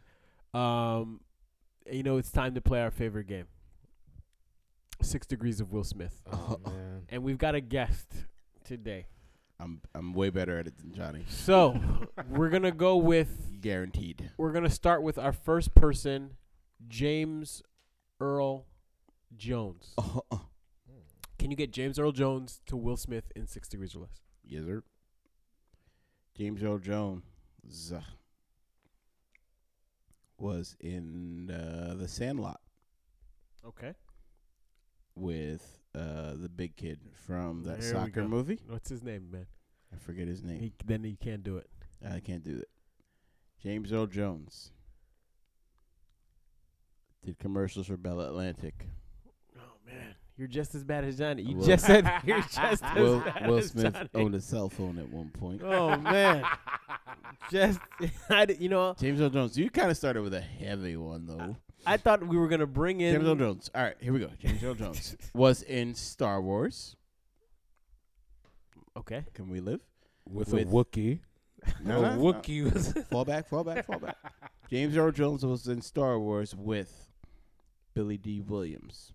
S1: Um, you know, it's time to play our favorite game. Six Degrees of Will Smith,
S3: Oh, man.
S1: and we've got a guest today.
S4: I'm I'm way better at it than Johnny.
S1: So we're gonna go with
S4: Guaranteed.
S1: we're gonna start with our first person, James Earl Jones. Can you get James Earl Jones to Will Smith in Six Degrees or Less?
S4: Yes, sir. James Earl Jones uh, was in uh, the Sandlot
S1: Okay.
S4: with uh, the big kid from that
S1: There we
S4: soccer
S1: go.
S4: movie.
S1: What's his name, man?
S4: I forget his name.
S1: He, then he can't do it.
S4: I can't do it. James Earl Jones did commercials for Bell Atlantic.
S1: Oh man, you're just as bad as Johnny. You
S4: Will-
S1: just said you're just as
S4: Will,
S1: bad
S4: Will
S1: as
S4: Smith
S1: Johnny.
S4: owned a cell phone at one point.
S1: Oh man, just I di- you know
S4: James Earl Jones, you kind of started with a heavy one though.
S1: I thought we were gonna bring in
S4: James Earl Jones. All right, here we go. James Earl Jones was in Star Wars.
S1: Okay,
S4: Can we live?
S3: With,
S4: With-
S3: a Wookiee. a
S4: No, no, no.
S3: Wookiee was.
S4: Fall back, fall back, fall back. James Earl Jones was in Star Wars with Billy D. Williams.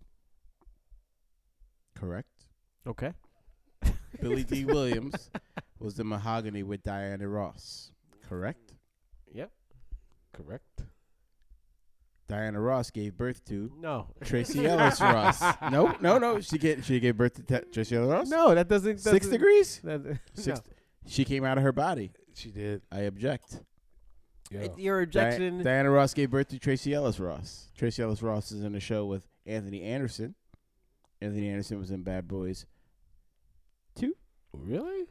S4: Correct.
S1: okay,
S4: Billy D. Williams was in Mahogany with Diana Ross. Correct.
S1: yep.
S3: Correct.
S4: Diana Ross gave birth to
S1: No,
S4: Tracy Ellis Ross. No, no, no. She get she gave birth to Ta- Tracy Ellis Ross.
S1: no, that doesn't.
S4: Six
S1: doesn't-
S4: degrees.
S1: that-
S4: Six. She came out of her body.
S3: She did.
S4: I object.
S3: Yeah.
S1: It- your
S4: Di-
S1: objection.
S4: Diana Ross gave birth to Tracy Ellis Ross. Tracy Ellis Ross is in a show with Anthony Anderson. Anthony Anderson was in Bad Boys.
S3: really?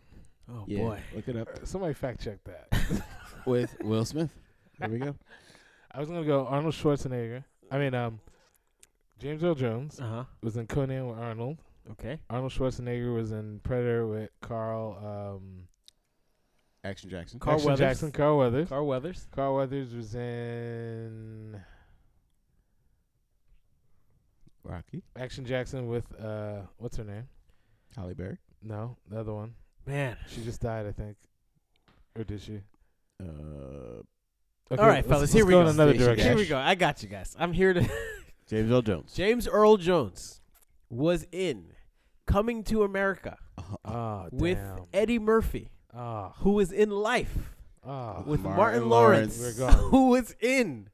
S1: oh
S4: Yeah,
S1: boy,
S4: look it up
S3: Uh, Somebody fact check that.
S4: with Will Smith. There we go.
S3: I was gonna go Arnold Schwarzenegger. I mean, um, James Earl Jones
S1: uh huh.
S3: was in Conan with Arnold.
S1: Okay,
S3: Arnold Schwarzenegger was in Predator with Carl. Um,
S4: Action Jackson.
S1: Carl
S3: Action
S1: Weathers.
S3: Jackson. Carl Weathers. Carl,
S1: Carl Weathers.
S3: Weathers was in
S4: Rocky.
S3: Action Jackson with uh, what's her name?
S4: Holly Berry.
S3: No, the other one.
S1: Man,
S3: She just died, I think, or did she?
S4: Uh,
S3: Okay,
S1: all right,
S3: let's-
S1: fellas,
S3: let's
S1: here we
S3: go
S1: go.
S3: in another
S4: Stacey
S3: direction.
S1: Here we
S4: Dash.
S1: go. I got you guys. I'm here to.
S4: James Earl Jones.
S1: James Earl Jones was in Coming to America
S4: Uh-huh.
S3: Oh,
S1: with
S3: damn.
S1: Eddie Murphy,
S3: oh,
S1: who was in Life
S3: oh.
S1: with
S4: Martin
S1: Martin,
S4: Lawrence.
S1: Lawrence,
S3: We're gone.
S1: who was in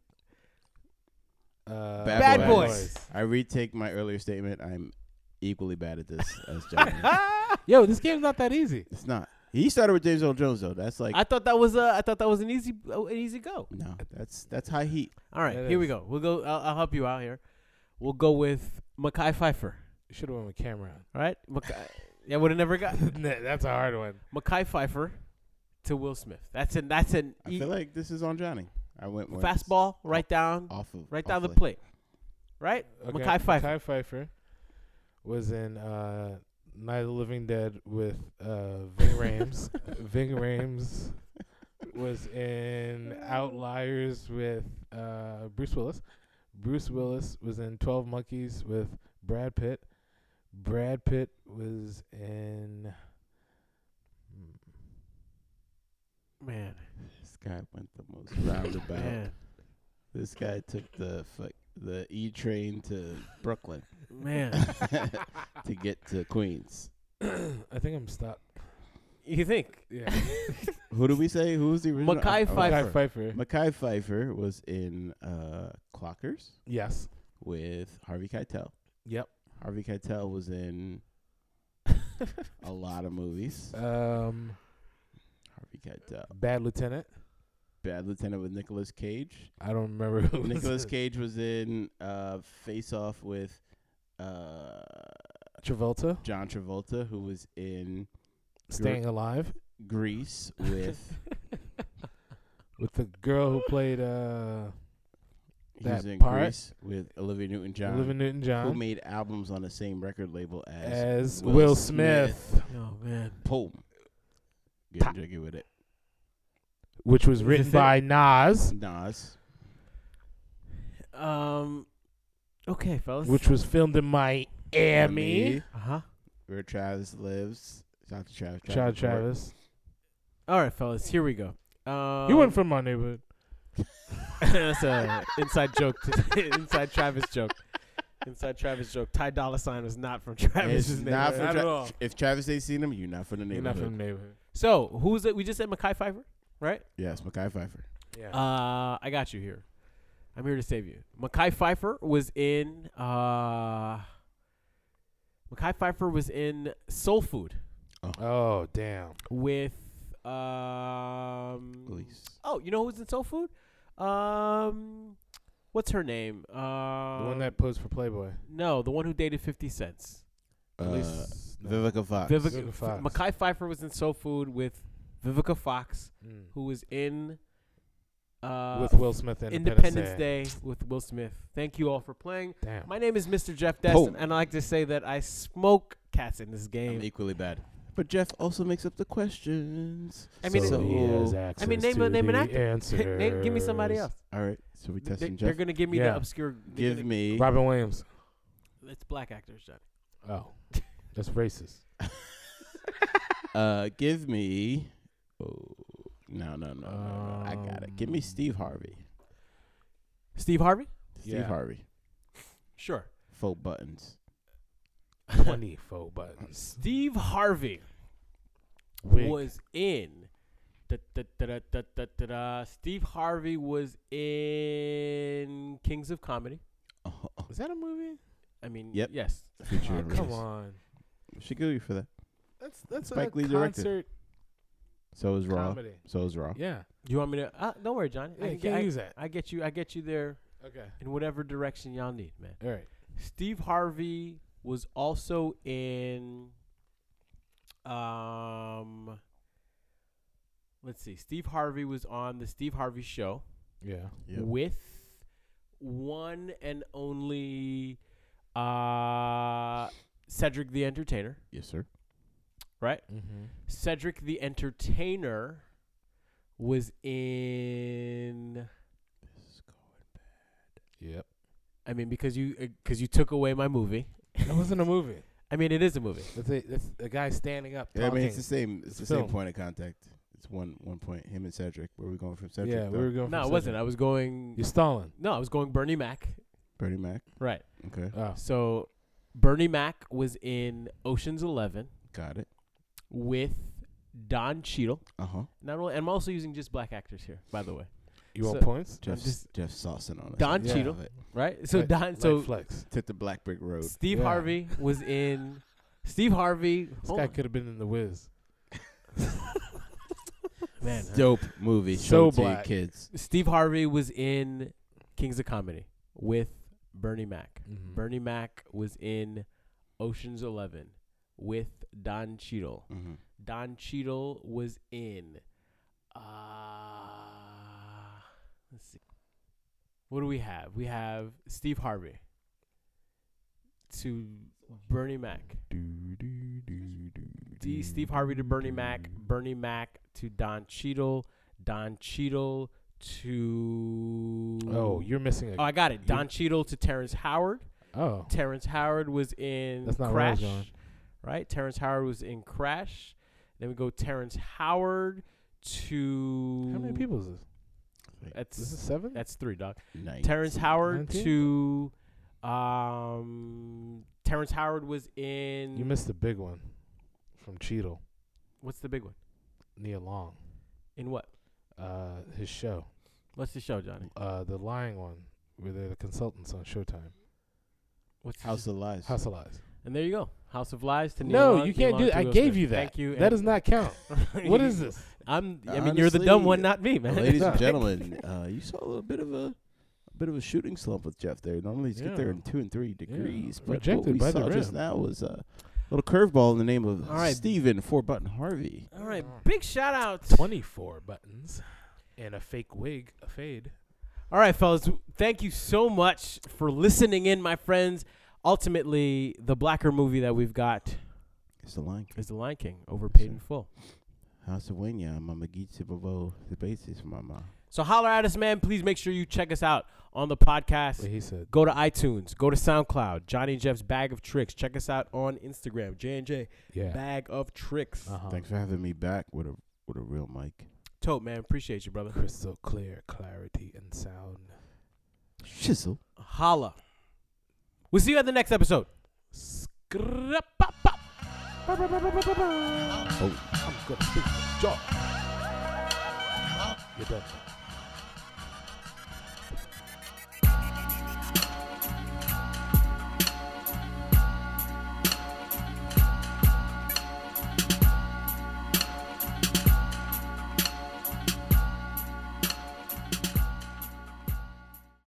S3: Uh,
S4: Bad
S1: Bad
S4: Boys.
S1: Boys.
S4: I retake my earlier statement. I'm equally bad at this as Johnny.
S3: Yo, this game's not that easy.
S4: it's not. He started with James Earl Jones though. That's like
S1: I thought that was a, I thought that was an easy uh, an easy go.
S4: no. That's that's high heat.
S1: All right,
S3: It
S1: here we
S3: is.
S1: go. We'll go. I'll, I'll help you out here. We'll go with Mackay Pfeiffer.
S3: You should have went with Cameron.
S1: All right, Mackay. yeah, would have never got
S3: Nah, That's a hard one.
S1: Mackay Pfeiffer to Will Smith. That's an that's an
S4: I
S1: e-
S4: feel like this is on Johnny. I went with
S1: fastball right down,
S4: off of
S1: right
S4: off
S1: down the
S4: like-
S1: plate. Right,
S3: Okay.
S1: Mackay Pfeiffer.
S3: Mackay Pfeiffer was in uh, Night of the Living Dead with uh, Ving Rhames. Ving Rhames was in Outliers with uh, Bruce Willis. Bruce Willis was in Twelve Monkeys with Brad Pitt. Brad Pitt was in.
S1: man,
S4: This guy went the most roundabout.
S1: man,
S4: This guy took the fuck the E train to Brooklyn
S1: man.
S4: to get to Queens.
S3: hmm, I think I'm stopped.
S1: You think?
S3: Yeah,
S4: Who do we say? Who was the original?
S1: Mackay
S4: oh,
S1: Pfeiffer.
S3: Mackay Pfeiffer.
S4: Mackay Pfeiffer was in uh, Clockers
S3: Yes.
S4: with Harvey Keitel.
S3: Yep.
S4: Harvey Keitel was in a lot of movies.
S1: Uh,
S3: Um,
S4: Harvey Keitel,
S3: Bad Lieutenant.
S4: Bad Lieutenant with Nicolas Cage.
S3: I don't remember who. was
S4: Nicolas
S3: in-
S4: Cage was in uh, Face Off with uh,
S3: Travolta.
S4: John Travolta, who was in
S3: Staying Alive
S4: Grease with
S3: with the girl who played uh,
S4: he
S3: That
S4: was in
S3: part.
S4: Grease with Olivia Newton-John,
S3: Olivia
S4: who
S3: Newton-John
S4: made albums on the same record label as,
S3: as
S4: Will
S3: Will,
S4: Smith.
S3: Smith,
S1: Oh man.
S4: Boom. Get
S3: Pop.
S4: jiggy with it.
S3: which was
S1: Is
S3: written
S1: this
S3: by Nas,
S4: Nas.
S1: Um. Okay, fellas.
S3: which was filmed in Miami.
S1: Uh huh.
S4: Where Travis lives. Shout out to Travis.
S3: Chad
S4: Travis.
S3: Travis.
S1: All right, fellas. Here we go. Um,
S3: He wasn't from my neighborhood.
S1: That's a inside joke. To, inside Travis joke. Inside Travis joke. Ty Dolla Sign was not from Travis's
S4: It's not
S1: neighborhood
S4: from
S1: at
S4: Tra-
S1: all.
S4: If Travis ain't seen him, you're not from the
S3: You're not
S4: neighborhood.
S3: from the neighborhood.
S1: So who's it? We just said Mackay Pfeiffer, right?
S4: yes, Mackay Pfeiffer.
S3: Yeah.
S1: Uh, I got you here. I'm here to save you. Mackay Pfeiffer was in. Uh, Mackay Pfeiffer was in Soul Food
S3: oh damn.
S1: with. Um,
S4: Elise.
S1: Oh, you know who's in Soul Food? Um, what's her name? Uh,
S3: the one that posed for Playboy.
S1: no, the one who dated Fifty Cents.
S3: At
S4: Uh,
S3: least
S4: Vivica Fox.
S1: Vivica,
S3: Uh, Vivica
S1: Fox.
S3: Fox.
S1: Mackay Pfeiffer was in Soul Food with Vivica Fox,
S3: Mm.
S1: who was in uh,
S3: with Will Smith and
S1: Independence Day. with Will Smith. Thank you all for playing.
S3: Damn.
S1: My name is Mr. Jeff
S4: Boom.
S1: Destin, and I like to say that I smoke cats in this
S4: I'm
S1: game.
S4: equally bad. But Jeff also makes up the questions.
S1: I mean,
S4: So-
S1: it-
S4: he has
S1: I mean, name a- name an actor. Name- give me somebody else.
S4: All right, so we
S1: They,
S4: testing
S1: are
S4: Jeff.
S1: gonna give me
S3: Yeah.
S1: the obscure. they're
S4: Give
S1: gonna-
S4: me.
S3: Robin Williams.
S1: It's black actors, Johnny.
S3: Oh, that's racist.
S4: Uh, give me. Oh, no, no, no, no, no. I got it. Give me
S3: Um,
S4: Steve Harvey.
S1: Steve Harvey.
S4: Steve
S3: yeah.
S4: Harvey.
S1: Sure.
S4: Full buttons.
S3: Twenty four buttons.
S1: Steve Harvey
S3: Wig.
S1: was in. Da, da, da, da, da, da, da, da. Steve Harvey was in Kings of Comedy.
S4: Oh,
S3: Is that a movie?
S1: I mean,
S4: Yep.
S1: yes.
S4: feature
S3: Oh,
S4: release.
S3: come on.
S4: She killed you for that.
S3: That's that's
S4: Spike
S3: a
S4: Lee directed.
S3: concert
S4: So is Raw.
S3: comedy.
S4: So is Raw.
S3: Yeah,
S1: You want me to? Uh, don't worry, Johnny.
S3: yeah
S1: I,
S3: you
S1: can
S3: can't
S1: get,
S3: use that.
S1: I, I get you. I get you there
S3: Okay.
S1: in whatever direction y'all need, man.
S3: All right.
S1: Steve Harvey was also in. Um, let's see. Steve Harvey was on the Steve Harvey Show
S3: Yeah.
S4: Yep.
S1: with one and only uh, Cedric the Entertainer.
S4: Yes, sir.
S3: Mm-hmm.
S1: Cedric the Entertainer was in.
S3: Yep.
S1: I mean, because you because you took away my movie.
S3: That wasn't a movie.
S1: I mean, it is a movie.
S3: That's a, that's a guy standing up
S4: Yeah, I
S3: talking.
S4: mean, it's the same. It's
S3: It's
S4: the
S3: film.
S4: same point of contact. It's one one point. Him and Cedric. Where we going from Cedric?
S3: yeah, we
S4: though?
S3: were going.
S1: No,
S3: from
S1: it wasn't.
S3: Cedric.
S1: I was going.
S3: You're stalling.
S1: No, I was going Bernie Mac.
S4: Bernie Mac.
S1: Right.
S4: Okay,
S3: Oh,
S1: So Bernie Mac was in Ocean's Eleven
S4: got it.
S1: with Don Cheadle.
S4: Uh huh.
S1: Not only, and I'm also using just black actors here, by the way.
S3: you want
S1: So-
S3: points?
S4: Jeff
S1: just-
S4: Jeff saucing on us.
S1: Don
S4: I
S1: Cheadle.
S4: love it.
S1: Right. So
S3: Like-
S1: Don.
S3: like
S1: So
S3: flex.
S4: took the Black Brick Road.
S1: Steve
S3: Yeah.
S1: Harvey was in. Steve Harvey.
S3: This
S1: hold
S3: guy
S1: on.
S3: could have been in the Wiz.
S1: Man, huh?
S4: Dope movie.
S3: So
S4: Show it to your
S3: black.
S4: kids.
S1: Steve Harvey was in Kings of Comedy with Bernie Mac.
S3: Mhm.
S1: Bernie Mac was in Ocean's Eleven with Don Cheadle.
S4: Mm-hmm.
S1: Don Cheadle was in. Uh, let's see. What do we have? We have Steve Harvey to Bernie Mac. D- Steve Harvey to Bernie Mac. Bernie Mac to Don Cheadle. Don Cheadle to.
S3: Oh, you're missing
S1: Oh,
S3: a.
S1: I got it. Don Cheadle to Terrence Howard.
S3: Oh,
S1: Terrence Howard was in
S3: That's not where I was
S1: Crash,
S3: going.
S1: right? Terrence Howard was in Crash. Then we go Terrence Howard to
S3: how many people is this? This is
S1: That's
S3: seven.
S1: that's three, dog.
S4: Nice.
S1: Terrence Howard
S3: Nineteen?
S1: to um. Terrence Howard was in.
S3: You missed the big one from Cheadle,
S1: what's the big one?
S3: Nia Long.
S1: In what?
S3: Uh, his show,
S1: What's the show, Johnny?
S3: uh, the lying one, where they're the consultants on Showtime.
S1: What's the
S4: House
S1: show?
S4: of Lies.
S3: House of Lies.
S1: And there you go. House of Lies to
S3: No,
S1: Neil Long-
S3: you
S1: Neil
S3: can't do
S1: Long
S3: that. I
S1: to Will
S3: gave
S1: Smith.
S3: you that.
S1: Thank you.
S3: That does not count.
S1: and-
S3: what is this?
S1: I'm. I mean, you're the dumb one,
S4: Honestly,
S1: not me, man.
S4: Ladies and
S1: Sorry.
S4: gentlemen, uh, you saw a little bit of a, a bit of a shooting slump with Jeff there. Normally he's get there
S3: Yeah.
S4: in two and three degrees, but what
S3: Rejected
S4: we
S3: by the
S4: saw just
S3: rim.
S4: now was a little curveball in the name of
S1: All right.
S4: Stephen Four Button Harvey.
S1: All right, big shout out.
S3: Twenty-four buttons, and a fake wig, a fade.
S1: All right, fellas, w- thank you so much for listening in, my friends. Ultimately, the blacker movie that we've got
S4: It's the line.
S1: is The Lion King, overpaid in full.
S4: House of Wenya, Mama Gitsi Babo, the basis, Mama.
S1: So holler at us, man. Please make sure you check us out on the podcast.
S3: What he said.
S1: Go to iTunes, go to SoundCloud, Johnny and Jeff's Bag of Tricks. Check us out on Instagram, J and J
S3: Yeah.
S1: Bag of Tricks.
S3: Uh-huh.
S4: Thanks for having me back with a with a real mic.
S1: Tote, man. Appreciate you, brother.
S3: Crystal clear clarity and sound.
S4: Shizzle.
S1: Holla. We'll see you at the next episode. Scrap-a-pop.
S3: Oh, I'm gonna beat your jaw. You're done.